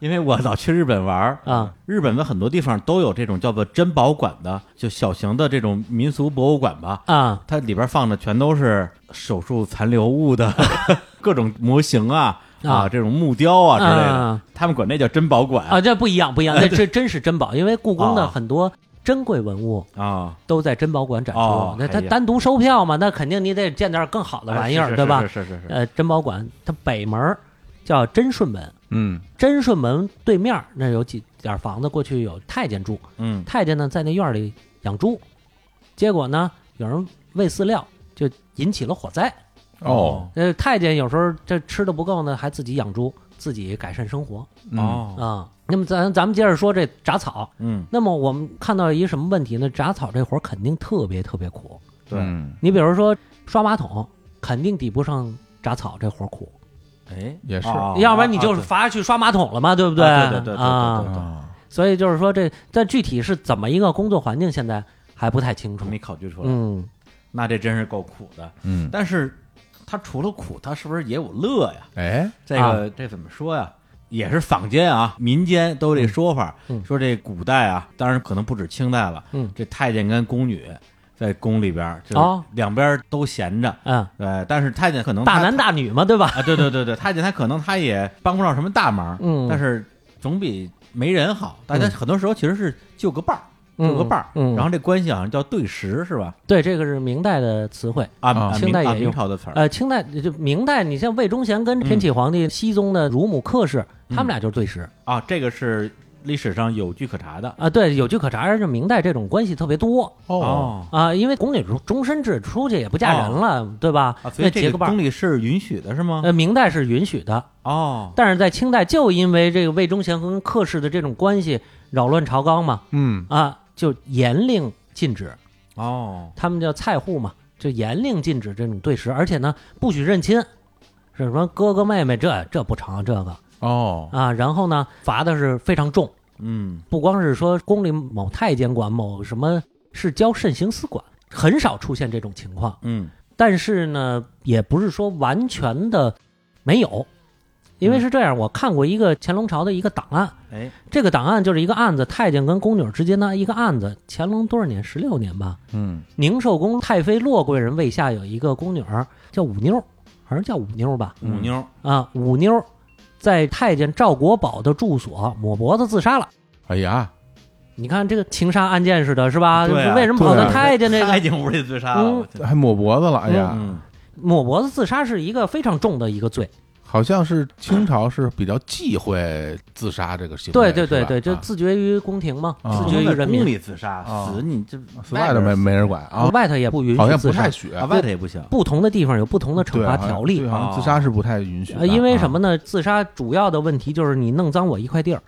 B: 因为我老去日本玩儿，
C: 啊，
B: 日本的很多地方都有这种叫做珍宝馆的，就小型的这种民俗博物馆吧。
C: 啊，
B: 它里边放的全都是手术残留 物的各种模型啊
C: 啊
B: 这种木雕啊之类的，
C: 啊
B: 他们管那叫珍宝馆
C: 啊，这不一样，不一样，这这真是珍宝，因为故宫的
B: 哎啊
C: 很多珍贵文物
B: 啊
C: 都在珍宝馆展出
B: 哦。
C: 那它
B: 哎呀
C: 单独收票嘛，那肯定你得建点儿更好的玩意
B: 哎
C: 儿，
B: 是
C: 对吧
B: 是？是是是是，
C: 呃，珍宝馆它北门儿叫珍顺门，
A: 嗯
C: 珍顺门对面儿那有几点儿房子，过去有太监住。
B: 嗯
C: 太监呢在那院儿里养猪，结果呢有人喂饲料，就引起了火灾。
A: 哦
C: 呃，太监有时候这吃的不够呢，还自己养猪，自己改善生活
A: 嗯
C: 啊、
B: 哦
C: 那么咱咱们接着说这铡草。
B: 嗯
C: 那么我们看到一个什么问题呢？铡草这活儿肯定特别特别苦。
B: 对，
A: 嗯
C: 你比如说刷马桶，肯定抵不上铡草这活儿苦，
B: 哎
A: 也是
B: 哦
C: 要不然你就是
B: 啊
C: 罚去刷马桶了嘛，对不对？
B: 啊对对对对对
C: 啊
B: 对对
A: 啊
C: 所以就是说这，但具体是怎么一个工作环境，现在还不太清
B: 对
C: 楚。
B: 没考据出来，
C: 嗯，
B: 那这真是够苦的。
A: 嗯，
B: 但是它除了苦，它是不是也有乐呀？
A: 哎
C: 啊
B: 这个、这怎么说呀？也是坊间啊，民间都有这说法，
C: 嗯嗯
B: 说这古代啊，当然可能不止清代了，
C: 嗯
B: 这太监跟宫女在宫里边儿，就是
C: 哦
B: 两边儿都闲着，
C: 嗯，
B: 对，但是太监可能
C: 大
B: 他
C: 男大女嘛，对吧？
B: 啊，对对对对，太监他可能他也帮不上什么大忙，
C: 嗯
B: 但是总比没人好。大家
C: 嗯
B: 很多时候其实是就个伴儿，
C: 嗯
B: 就个伴儿，
C: 嗯
B: 然后这关系好像叫对时是吧？
C: 对，这个是明代的词汇。
B: 啊，
A: 啊
C: 哦
B: 啊
C: 清
B: 明
C: 代也
B: 啊明
C: 用
B: 朝的词儿，嗯
C: 呃，清代就明代，你像魏忠贤跟天启皇帝、熹宗的乳母客氏，他们俩就是对时
B: 啊，这个是历史上有据可查的
C: 啊。对，有据可查，是明代这种关系特别多
B: 哦
C: 啊，因为宫女终终身制，出去也不嫁人了，对吧？
B: 啊，所
C: 那
B: 以这
C: 结
B: 个
C: 伴
B: 宫
C: 儿。
B: 里是允许的是吗？
C: 呃，明代是允许的，
B: 哦，
C: 但是在清代，就因为这个魏忠贤跟客氏的这种关系扰乱朝纲嘛，
A: 嗯，
C: 啊，就严令禁止，
B: 哦，
C: 他们叫菜户嘛，就严令禁止这种对食，而且呢，不许认亲，是什么哥哥妹妹这这不成这个
A: 哦，
C: 啊，然后呢，罚的是非常重，
B: 嗯，
C: 不光是说宫里某太监管，某什么市郊慎刑司管，很少出现这种情况，
B: 嗯，
C: 但是呢，也不是说完全的没有。因为是这样，我看过一个乾隆朝的一个档案，
B: 哎，
C: 这个档案就是一个案子，太监跟宫女之间的一个案子。乾隆多少年？十六年吧。
A: 嗯，
C: 宁寿宫太妃洛贵人位下有一个宫女儿叫五妞儿，好像叫五妞儿吧？
B: 五妞儿，
C: 啊，五妞儿在太监赵国宝的住所抹脖子自杀了。
A: 哎呀，
C: 你看这个情杀案件似的，是吧？
B: 对啊
C: 为什么跑
A: 对
C: 到
A: 啊
C: 太监这
B: 太
C: 个
B: 监屋里自杀
C: 嗯
B: 了，啊我天
A: 还抹脖子了，哎呀，
B: 嗯，
C: 抹脖子自杀是一个非常重的一个罪？
A: 好像是清朝是比较忌讳自杀这个行为，
C: 对对对
A: 是吧
C: 对，就
A: 啊
C: 自绝于宫廷嘛，
A: 啊
C: 自
B: 不
C: 绝
B: 能
C: 于
B: 在
C: 人
B: 宫
C: 民，
B: 里自杀，
A: 啊
B: 死你这
A: 死外头没
B: 边
A: 没人管啊，
C: 外头也不允
A: 好
C: 许
A: 像不
C: 自杀
A: 太。许
B: 死啊，外头也不行，
C: 不同的地方有不同的惩
A: 对
C: 罚
A: 好像啊
C: 条例，
A: 对好像
B: 啊
A: 自杀是不太允许的，
C: 呃，因为什
A: 么？
C: 么呢？自杀主要的问题就是你弄脏我一块地儿，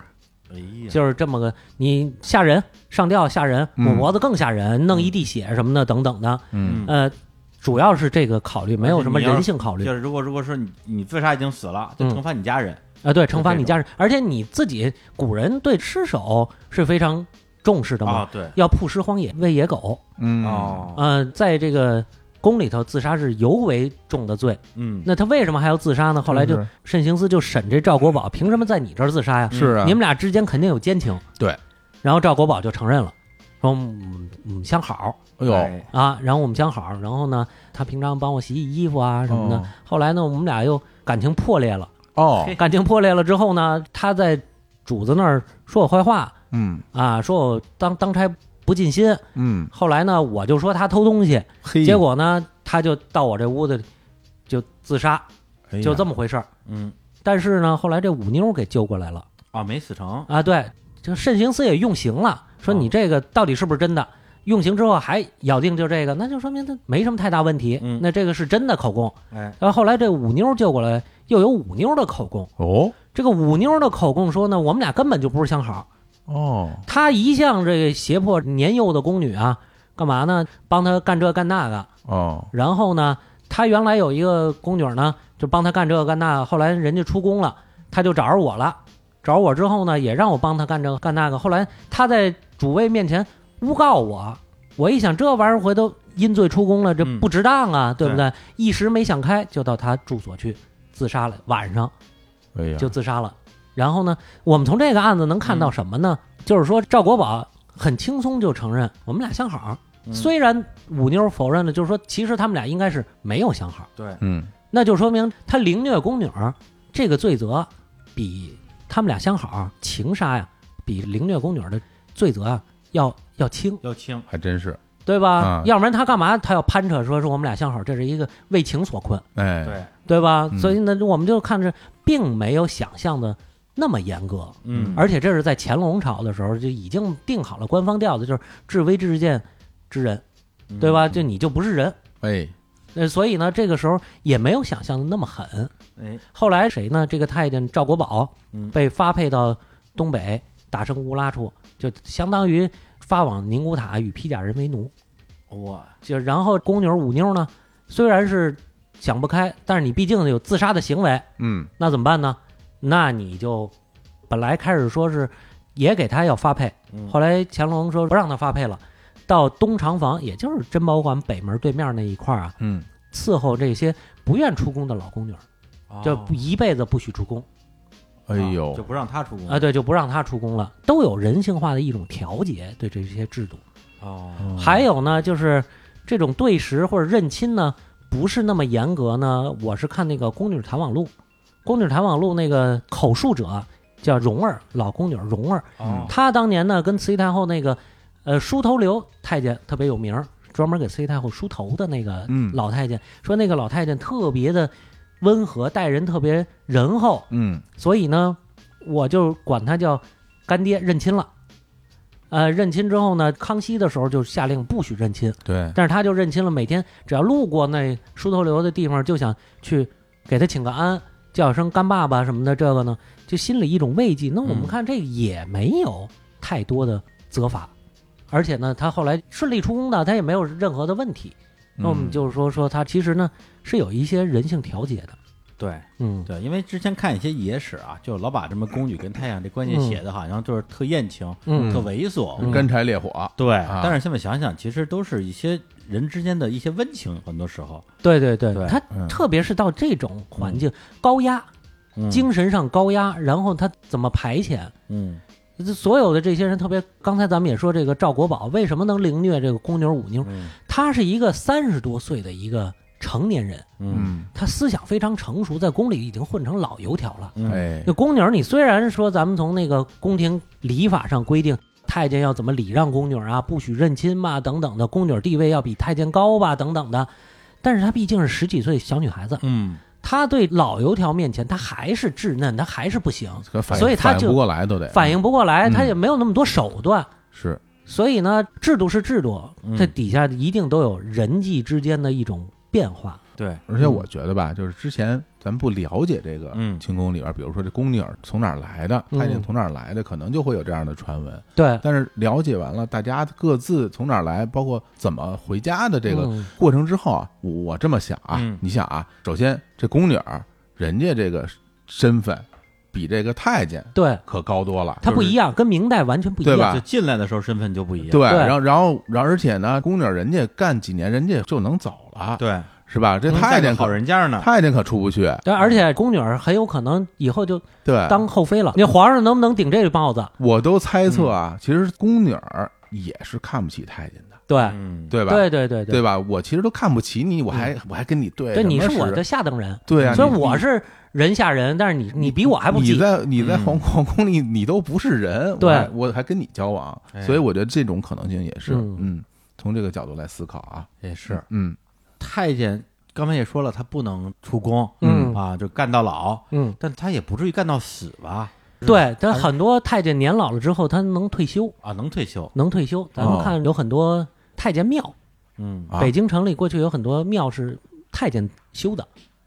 B: 哎呀，
C: 就是这么个你吓人，上吊吓人，
A: 嗯
C: 抹脖子更吓人，弄一地血什么的等等的。
A: 嗯，
B: 嗯
C: 呃，主要是这个考虑，没有什么
B: 而且你要
C: 人性考虑
B: 就
C: 啊、
B: 是如果如果说你你自杀已经死了，就
C: 嗯
B: 惩罚你家人，
C: 对，惩罚
B: 这
C: 你
B: 种
C: 家人，而且你自己古人对尸首是非常重视的嘛，
B: 啊，对，
C: 要曝尸荒野，喂野狗。
A: 嗯，
B: 哦，
C: 呃，在这个宫里头自杀是尤为重的罪。
B: 嗯，
C: 那他为什么还要自杀呢？后来就是慎刑司就审这赵国宝，凭什么在你这儿自杀呀？
A: 嗯是啊，
C: 你们俩之间肯定有奸情。
A: 对，
C: 然后赵国宝就承认了，说我们我们相好
A: 哎呦，
B: 哎
C: 啊，然后我们相好，然后呢，他平常帮我洗洗衣服啊什么的。
A: 哦
C: 后来呢，我们俩又感情破裂了，
A: 哦，
B: 嘿
C: 感情破裂了之后呢，他在主子那儿说我坏话
A: 嗯
C: 啊，说我当当差不尽心。
A: 嗯，
C: 后来呢，我就说他偷东西，
A: 嘿，
C: 结果呢，他就到我这屋子里就自杀，
A: 哎呀
C: 就这么回事儿。
B: 嗯，
C: 但是呢，后来这五妞给救过来了。
B: 啊，没死成，
C: 啊，对，这慎刑司也用刑了，说
A: 哦
C: 你这个到底是不是真的？用刑之后还咬定就这个，那就说明他没什么太大问题。
B: 嗯
C: 那这个是真的口供。
B: 哎，
C: 然后后来这五妞救过来，又有五妞的口供。
A: 哦
C: 这个五妞的口供说呢，我们俩根本就不是相好。
A: 哦，
C: 她一向这个胁迫年幼的宫女啊，干嘛呢？帮她干这干那个。
A: 哦，
C: 然后呢，她原来有一个宫女呢，就帮她干这干那个。后来人家出宫了，她就找着我了。找着我之后呢，也让我帮她干这个干那个。后来她在主位面前诬告我，我一想这玩意儿回头因罪出宫了，这
B: 嗯
C: 不值当啊，对不对？一时没想开，就到她住所去自杀了。晚上
A: 哎呀，
C: 就自杀了。然后呢，我们从这个案子能看到什么呢？就是说赵国宝很轻松就承认我们俩相好，
B: 嗯
C: 虽然五妞否认了，就是说其实他们俩应该是没有相好，
B: 对，
A: 嗯
C: 那就说明他凌虐宫女儿这个罪责比他们俩相好情杀呀，比凌虐宫女儿的罪责啊要要轻，
B: 要轻，
A: 还真是，
C: 对吧？
A: 啊
B: 嗯
C: 要不然他干嘛他要攀扯说是我们俩相好，这是一个为情所困，
A: 哎，
B: 对，
C: 对吧？
A: 嗯
C: 所以呢，我们就看着并没有想象的那么严格，
B: 嗯，
C: 而且这是在乾隆朝的时候就已经定好了官方调子，就是治微治贱之人，
B: 嗯
C: 对？吧？就你就不是人。
A: 哎，
C: 那呃所以呢，这个时候也没有想象的那么狠。
B: 哎，
C: 后来谁呢？这个太监赵国宝
B: 嗯
C: 被发配到东北打生乌拉处，就相当于发往宁古塔与披甲人为奴。
B: 我
C: 就然后宫女五妞呢，虽然是想不开，但是你毕竟有自杀的行为，
A: 嗯
C: 那怎么办呢？那你就本来开始说是也给他要发配，
B: 嗯
C: 后来乾隆说不让他发配了，到东长房，也就是珍宝馆北门对面那一块儿啊，
A: 嗯，
C: 伺候这些不愿出宫的老宫女儿，
B: 哦啊
C: 就不一辈子不许出宫。
A: 哎
B: 就
A: 呦，
B: 不让他出宫
C: 啊，对，就不让他出宫了，都有人性化的一种调节对这些制度。
B: 哦，
A: 嗯
C: 还有呢，就是这种对食或者认亲呢，不是那么严格呢。我是看那个《宫女谈网录》，《宫女谈网录》那个口述者叫蓉儿，老宫女蓉儿，
B: 哦
C: 她当年呢跟慈禧太后那个呃梳头刘太监特别有名儿，专门给慈禧太后梳头的那个
A: 嗯
C: 老太监，说那个老太监特别的温和，待人特别仁厚，
A: 嗯，
C: 所以呢，我就管他叫干爹认亲了。呃，认亲之后呢，康熙的时候就下令不许认亲，
A: 对，
C: 但是他就认亲了。每天只要路过那梳头流的地方，就想去给他请个安，叫声干爸爸什么的。这个呢，就心里一种慰藉。那我们
A: 嗯
C: 看这个也没有太多的责罚，而且呢，他后来顺利出宫的，他也没有任何的问题。那我们
A: 嗯
C: 就是说说他其实呢是有一些人性调节的，
B: 对
C: 嗯，
B: 对，因为之前看一些野史啊，就老把什么宫女跟太阳这关系写的好像就是特艳情、
C: 嗯
B: 特猥琐，
C: 嗯
A: 干柴烈火，
B: 对。
A: 啊
B: 但是现在想想，其实都是一些人之间的一些温情，很多时候，
C: 对对对，
B: 对
C: 他
A: 嗯
C: 特别是到这种环境，高压，精神上高压，然后他怎么排遣？
B: 嗯
C: 这所有的这些人，特别刚才咱们也说，这个赵国宝为什么能凌虐这个宫牛舞妞？
B: 嗯
C: 他是一个三十多岁的一个成年人，
B: 嗯
A: 嗯，
C: 他思想非常成熟，在宫里已经混成老油条了。
B: 嗯，
A: 哎，
C: 那宫女，你虽然说咱们从那个宫廷礼法上规定，太监要怎么礼让宫女啊，不许认亲吧，等等的，宫女地位要比太监高吧，等等的，但是她毕竟是十几岁小女孩子，
B: 嗯，
C: 她对老油条面前，她还是稚嫩，她还是不行，
A: 可反应
C: 所以他
A: 反应
C: 就
A: 不过来都得
C: 反应不过来，
A: 嗯
C: 她也没有那么多手段。
A: 是
C: 所以呢，制度是制度，
B: 嗯
C: 它底下一定都有人际之间的一种变化。
B: 对，
A: 而且
C: 嗯
A: 我觉得吧，就是之前咱不了解这个
B: 嗯
A: 清宫里边，比如说这宫女儿从哪儿来的，
C: 嗯
A: 太监从哪儿来的，可能就会有这样的传闻。
C: 对，
A: 但是了解完了大家各自从哪儿来，包括怎么回家的这个
C: 嗯
A: 过程之后啊，我我这么想啊
B: 嗯，
A: 你想啊，首先这宫女儿人家这个身份比这个太监
C: 对，
A: 可高多了，
C: 它不
A: 就是
C: 一样，跟明代完全不一
A: 对吧
C: 样。
B: 就进来的时候身份就不一样，
A: 啊对，
C: 对
A: 然后然后然后而且呢，宫女儿人家干几年，人家就能走了，
B: 对，
A: 是吧？这
B: 能
A: 太
B: 嫁个
A: 监
B: 好
A: 可
B: 人家呢，
A: 太监可出不去，
C: 对，而且宫女儿很有可能以后就
A: 对，
C: 当后妃了。
A: 哎
C: 那皇上能不能顶这个帽子？
A: 我都猜测
C: 嗯
A: 啊，其实宫女儿也是看不起太监的，
C: 对，
B: 嗯，
A: 对吧？
C: 对对对
A: 对吧？我其实都看不起你，我还我还跟你对，
C: 对，你
A: 什
C: 是
A: 么
C: 我
A: 时
C: 的下等人，
A: 对啊，
C: 虽然
A: 你
C: 我
A: 你
C: 是人下人，但是你你比我还不
A: 你
C: 济。
A: 在你在
B: 嗯
A: 皇皇宫里，你都不是人，
C: 对
A: 我还我还跟你交往，
B: 哎
A: 所以我觉得这种可能性也是，
C: 嗯
A: 嗯，从这个角度来思考啊，
B: 也是
A: 嗯，
B: 太监。刚才也说了，他不能出宫，
C: 嗯
B: 啊，就干到老，
C: 嗯，
B: 但他也不至于干到死吧？
C: 对，他
B: 还
C: 很多太监年老了之后，他能退休，
B: 啊，能退休，
C: 能退休。咱们
A: 哦
C: 看有很多太监庙，
B: 嗯
A: 啊
C: 北京城里过去有很多庙是太监修的。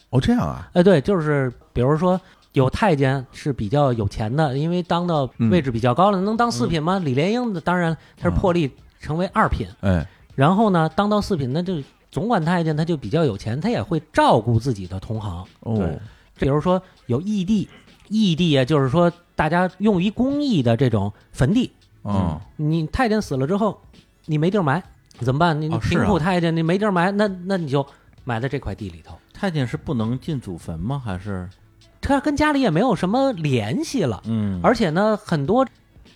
A: 哦，这样啊，
C: 哎，对，就是比如说有太监是比较有钱的，因为当到位置比较高了，能当四品吗？李莲英的当然他是破例成为二品，
A: 哎，
C: 然后呢，当到四品那就总管太监他就比较有钱，他也会照顾自己的同行。
A: 哦
B: 对，
C: 比如说有义地，义地啊，就是说大家用于公益的这种坟地，
A: 嗯，
C: 你太监死了之后，你没地儿埋，怎么办？你
B: 哦是啊
C: 贫苦太监你没地儿埋，那那你就埋在这块地里头。
B: 太监是不能进祖坟吗？还是
C: 他跟家里也没有什么联系了，
B: 嗯
C: 而且呢，很多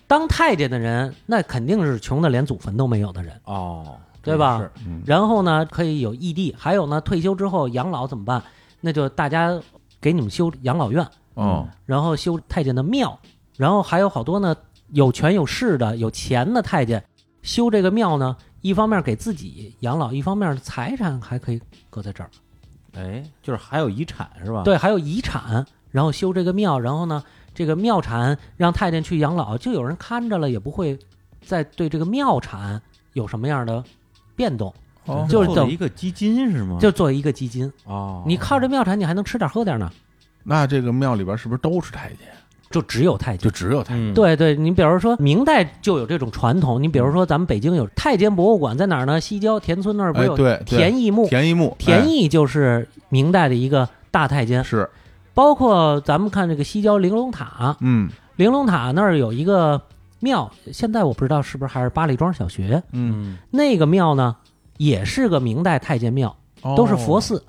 C: 当太监的人，那肯定是穷的连祖坟都没有的人。
B: 哦，
C: 对吧
B: 真是
A: 嗯
C: 然后呢，可以有异地，还有呢，退休之后养老怎么办？那就大家给你们修养老院，
A: 哦，
C: 然后修太监的庙，然后还有好多呢有权有势的有钱的太监修这个庙呢，一方面给自己养老，一方面财产还可以搁在这儿。
B: 哎，就是还有遗产是吧？，
C: 对，还有遗产，然后修这个庙，然后呢，这个庙产让太监去养老，就有人看着了，也不会再对这个庙产有什么样的变动，
A: 哦
C: 就是
B: 做了一个基金是吗？
C: 就作为一个基金。
B: 哦，
C: 你靠这庙产，你还能吃点喝点呢，
A: 那这个庙里边是不是都是太监？
C: 就只有太监
A: 就。只有太监，
B: 嗯，
C: 对对，你比如说明代就有这种传统，你比如说咱们北京有太监博物馆在哪儿呢？西郊田村那儿不是
A: 哎，
C: 有
A: 对，对
C: 田义墓？
A: 田一木，
C: 田
A: 义
C: 义就是明代的一个大太监，
A: 是，
C: 包括咱们看这个西郊玲珑塔，
A: 嗯
C: 玲珑塔那儿有一个庙，现在我不知道是不是还是八里庄小学
A: 嗯，
B: 嗯，
C: 那个庙呢，也是个明代太监庙，
A: 哦
C: 都是佛寺。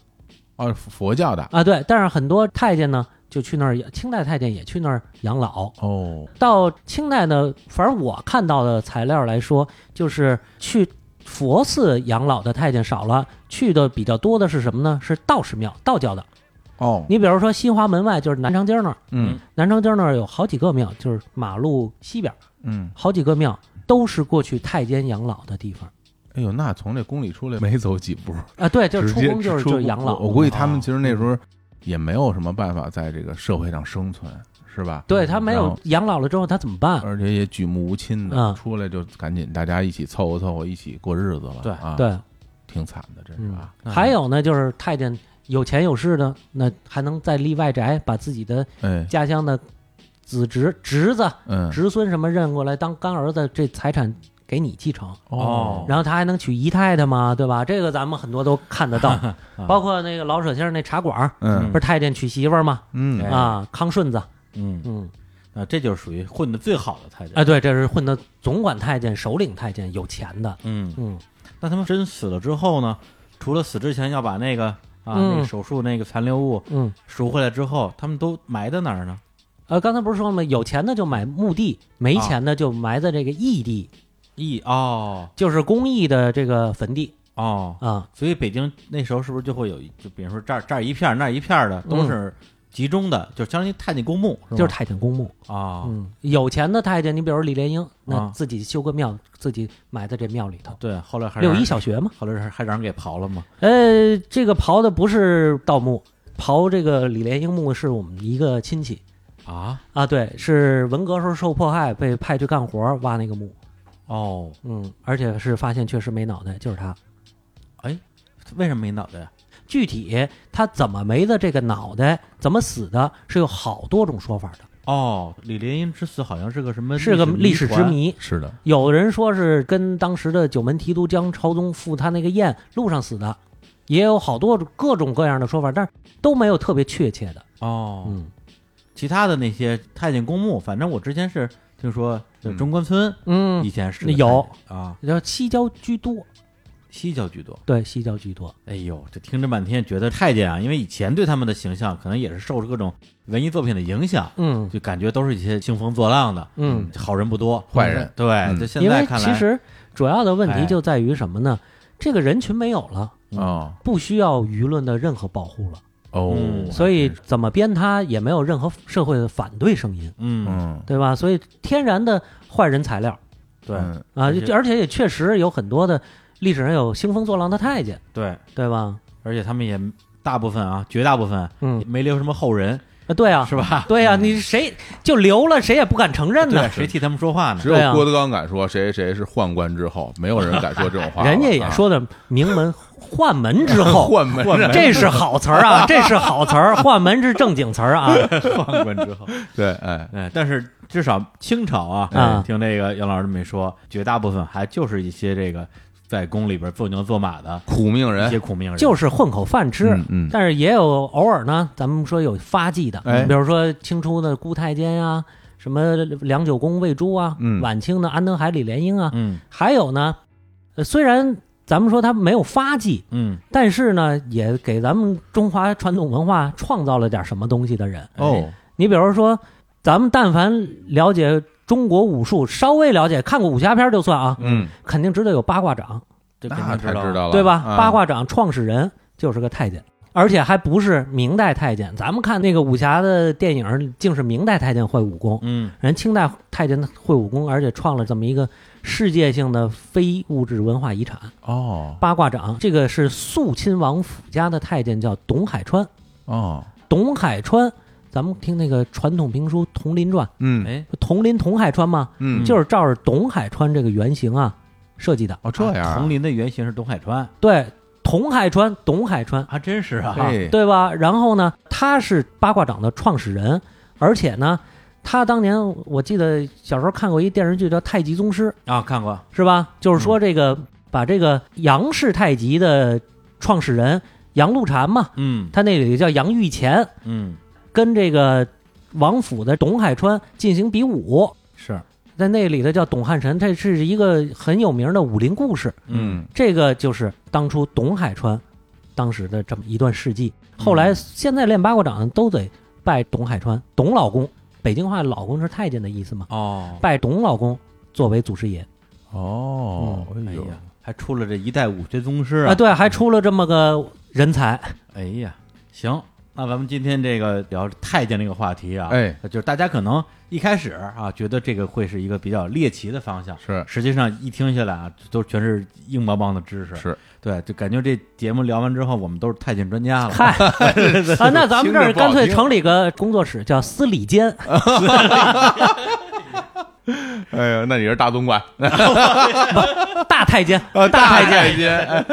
A: 哦，佛教的
C: 啊，对，但是很多太监呢，就去那儿，清代太监也去那儿养老。
A: 哦，
C: 到清代呢，反正我看到的材料来说，就是去佛寺养老的太监少了，去的比较多的是什么呢？是道士庙，道教的。
A: 哦，
C: 你比如说西华门外，就是南长街那儿，
A: 嗯
C: 南长街那儿有好几个庙，就是马路西边儿
A: 嗯，
C: 好几个庙都是过去太监养老的地方
A: 哎呦，那从这宫里出来没走几步，
C: 啊。对，就是
A: 直
C: 出
A: 接
C: 宫就是
A: 出
C: 就是养老嗯
A: 我，估计他们其实那时候也没有什么办法在这个社会上生存，是吧？嗯
C: 对他没
A: 然
C: 有
A: 后，
C: 养老了之后他怎么办？
A: 而且也举目无亲的，
C: 嗯
A: 出来就赶紧大家一起凑合凑合，一起过日子了。
B: 对
A: 啊，，
C: 对，
A: 挺惨的，真是
C: 嗯
A: 啊。，
C: 还有呢，就是太监有钱有势的，那还能再立外宅，把自己的
A: 哎，
C: 家乡的子侄、侄子、
A: 嗯，
C: 侄孙什么认过来当干儿子，这财产给你继承。
B: 哦
C: 然后他还能娶姨太太嘛，对吧？这个咱们很多都看得到，包括那个老舍先生那茶馆儿，
A: 嗯
C: 不是太监娶媳妇儿嘛？
A: 嗯
B: 哎
C: 啊，康顺子，
B: 嗯，
C: 嗯，
B: 啊，这就是属于混的最好的太监。
C: 哎，对，这是混的总管太监、首领太监，有钱的，
B: 嗯，
C: 嗯，
B: 那他们真死了之后呢？除了死之前要把那个啊、
C: 嗯
B: 那个手术那个残留物
C: 嗯，
B: 赎回来之后，他们都埋在哪儿呢？
C: 呃，刚才不是说了吗？有钱的就买墓地，没钱的就埋在这个义地，
B: 一哦
C: 就是公益的这个坟地
B: 哦，
C: 啊。
B: 所以北京那时候是不是就会有一，就比如说这儿这儿一片儿那儿一片儿的，都是集中的，就相当于太监公墓，
C: 就是
B: 吧
C: 太监公墓，
B: 啊。
C: 嗯，有钱的太监，你比如李莲英，那
B: 啊
C: 自己修个庙，自己埋在这庙里头。
B: 对，后来还
C: 六
B: 让
C: 一小学嘛，
B: 后来还让人给刨了嘛。
C: 呃，这个刨的不是盗墓，刨这个李莲英墓是我们一个亲戚
B: 啊，
C: 啊，对，是文革时候受迫害，被派去干活儿挖那个墓，
B: 哦，
C: 嗯，而且是发现确实没脑袋，就是他。
B: 为什么没脑袋呀？
C: 具体他怎么没的这个脑袋，怎么死的，是有好多种说法的，
B: 哦，李莲英之死好像是个什么？
C: 是个历史之
B: 团。
C: 谜。
A: 是的，
C: 有人说是跟当时的九门提督江朝宗赴他那个宴路上死的，也有好多各种各样的说法，但是都没有特别确切的。
B: 哦，
C: 嗯
B: 其他的那些太监公墓，反正我之前是听说，就中关村、
C: 嗯
B: 以，前是
C: 那
B: 个
C: 有
B: 太监啊，
C: 然后西郊居多，
B: 西郊居多。
C: 对，西郊居多。
B: 哎呦，这听着半天觉得太监啊，因为以前对他们的形象可能也是受着各种文艺作品的影响，
C: 嗯
B: 就感觉都是一些兴风作浪的，
C: 嗯，
B: 好人不多，
A: 坏人
B: 对，
A: 嗯
B: 就现
C: 因
B: 在
C: 为
B: 看来，
C: 其实主要的问
B: 哎
C: 题就在于什么呢？这个人群没有了，
A: 哦
C: 不需要舆论的任何保护了，
A: 哦
B: 嗯，
C: 所以怎么编他也没有任何社会的反对声音，
B: 嗯，
A: 嗯，
C: 对吧？所以天然的坏人材料
B: 对
A: 嗯
C: 啊，
B: 而且
C: 就而且也确实有很多的历史上有兴风作浪的太监，
B: 对，
C: 对吧？
B: 而且他们也大部分啊，绝大部分
C: 嗯，
B: 没留什么后人，
C: 啊， 对啊，
B: 是吧？
C: 对啊，你谁就留了，谁也不敢承认
B: 对，
C: 呢。
B: 谁替他们说话呢
A: 只？
C: 对啊
A: 有郭德纲敢说谁谁谁是宦官之后，没有人敢说这种话 了。
C: 人家也
A: 啊
C: 说的名门换门 之后，
A: 宦门人，
C: 这是好词儿啊，这是好词儿，换门是正经词儿啊。
B: 宦官 之后，
A: 对，哎，
B: 哎，但是至少清朝啊，
C: 啊
B: 听这个杨老师这么一说，绝大部分还就是一些这个在宫里边做牛做马的
A: 苦命
B: 一些
A: 人，
B: 苦命人，
C: 就是混口饭吃。
A: 嗯嗯
C: 但是也有偶尔呢，咱们说有发迹的，
A: 哎
C: 比如说清初的顾太监呀、什么梁九公魏珠啊，
A: 嗯
C: 晚清的安德海李莲英啊，
B: 嗯
C: 还有呢，呃虽然咱们说他没有发迹，
B: 嗯
C: 但是呢，也给咱们中华传统文化创造了点什么东西的人。哎
A: 哦，
C: 你比如说，咱们但凡了解中国武术，稍微了解看过武侠片就算啊，
A: 嗯，
C: 肯定知道有八卦掌。
B: 这肯
A: 那
B: 定
A: 才
B: 道
A: 知道了，
C: 对吧？
A: 啊
C: 八卦掌创始人就是个太监，而且还不是明代太监。咱们看那个武侠的电影，竟是明代太监会武功，
B: 嗯
C: 人清代太监会武功，而且创了这么一个世界性的非物质文化遗产
A: 哦
C: ——八卦掌。这个是肃亲王府家的太监，叫董海川。
A: 哦，
C: 董海川，咱们听那个传统评书《佟林传
A: 嗯》，
B: 哎，
C: 佟林董海川嘛，
A: 嗯，
C: 就是照着董海川这个原型啊设计的。
A: 哦这样啊
B: 佟，林的原型是董海川，
C: 对，董海川，董海川。
B: 还真是啊，
A: 哎，
C: 对吧？然后呢，他是八卦掌的创始人，而且呢，他当年我记得小时候看过一电视剧叫《太极宗师》，
B: 啊，看过，
C: 是吧？就是说这个、把这个杨氏太极的创始人杨露禅嘛，
B: 嗯
C: 他那里叫杨玉乾，
B: 嗯，
C: 跟这个王府的董海川进行比武。
B: 是，
C: 在那里的叫董汉臣，这是一个很有名的武林故事。
A: 嗯，
C: 这个就是当初董海川当时的这么一段事迹。后来现在练八卦掌都得拜董海川，董老公，北京话老公是太监的意思嘛，
B: 哦
C: 拜董老公作为祖师爷
A: 哦，哎
B: 哎
A: 呦，
B: 呀，还出了这一代武学宗师
C: 啊，
B: 啊！
C: 对，还出了这么个人才，
B: 哎呀，行，那咱们今天这个聊太监这个话题啊，
A: 哎，
B: 就是大家可能一开始啊，觉得这个会是一个比较猎奇的方向，
A: 是
B: 实际上一听下来啊，都全是硬邦邦的知识，
A: 是
B: 对，就感觉这节目聊完之后，我们都是太监专家了，
C: 嗨啊，那咱们这
A: 听着
C: 儿
A: 不好
C: 干脆
A: 听
C: 成立个工作室，叫司礼监，
A: 哎呀，那你是大总管，
C: 大太监
A: 呃，
C: 太
A: 太监，哎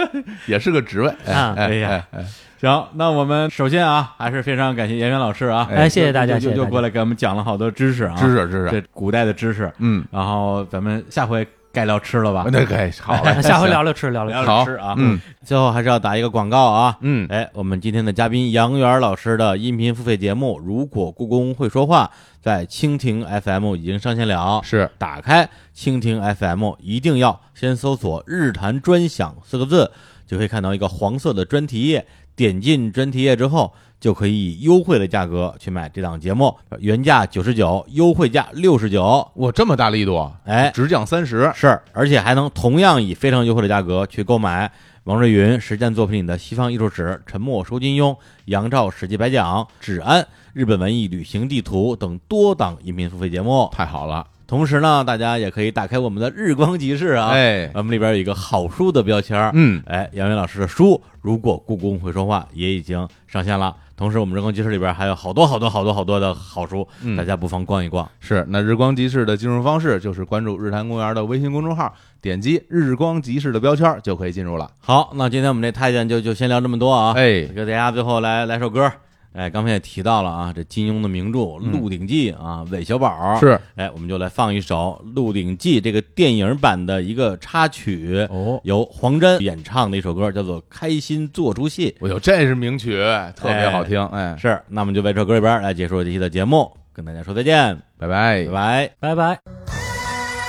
A: 也是个职位，哎
C: 啊
A: 哎
B: 哎呀
A: 哎哎
B: 行，那我们首先啊，还是非常感谢严元老师啊，
C: 哎谢谢大家
B: 就就
C: 谢谢
B: 就
C: 大家
B: 过来给我们讲了好多知识啊，
A: 知识知识，
B: 这古代的知识，
A: 嗯，
B: 然后咱们下回该聊吃了吧，
A: 那可以好嘞，
C: 下回聊聊吃，聊聊
B: 聊
C: 吃。
B: 聊
A: 好
B: 吃啊，
A: 嗯，
B: 最后还是要打一个广告啊，
A: 嗯
B: 哎，我们今天的嘉宾杨元老师的音频付费节目《如果故宫会说话》在蜻蜓 FM 已经上线了，
A: 是
B: 打开蜻蜓 FM，一定要先搜索“日坛专享”四个字，就可以看到一个黄色的专题页。点进专题页之后，就可以以优惠的价格去买这档节目，原价九十九，优惠价六十九。
A: 我这么大力度，啊
B: 哎，
A: 直降三十，
B: 是，而且还能同样以非常优惠的价格去购买王瑞云实践作品里的《西方艺术史》《沉默说金庸》《杨照史记白讲》《治安》《日本文艺旅行地图》等多档音频付费节目。
A: 太好了，
B: 同时呢，大家也可以打开我们的日光集市啊，
A: 哎，
B: 我们里边有一个好书的标签儿。
A: 嗯，
B: 哎，杨云老师的书《如果故宫会说话》也已经上线了。同时，我们日光集市里边还有好多好多好多好多的好书，
A: 嗯
B: 大家不妨逛一逛。
A: 是，那日光集市的进入方式就是关注日坛公园的微信公众号，点击日光集市的标签儿就可以进入了。
B: 好，那今天我们这太监就就先聊这么多啊。
A: 哎
B: 给大家最后来来首歌。哎，刚才也提到了啊，这金庸的名著《鹿鼎记》啊，韦小宝
A: 嗯是，
B: 哎，我们就来放一首《鹿鼎记》这个电影版的一个插曲，
A: 哦，
B: 由黄沾演唱的一首歌，叫做《开心做出戏
A: 我有这是名曲，特别好听，哎》。，
B: 是，那我们就为这首歌里边来结束这期的节目，跟大家说再见，
A: 拜拜
B: 拜。拜。
C: 拜拜。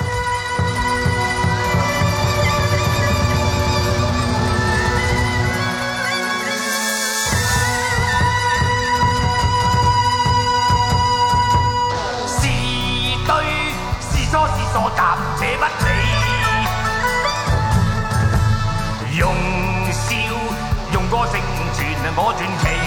E: 是對是錯是傻，暫且不理。用笑用歌聲傳我傳奇，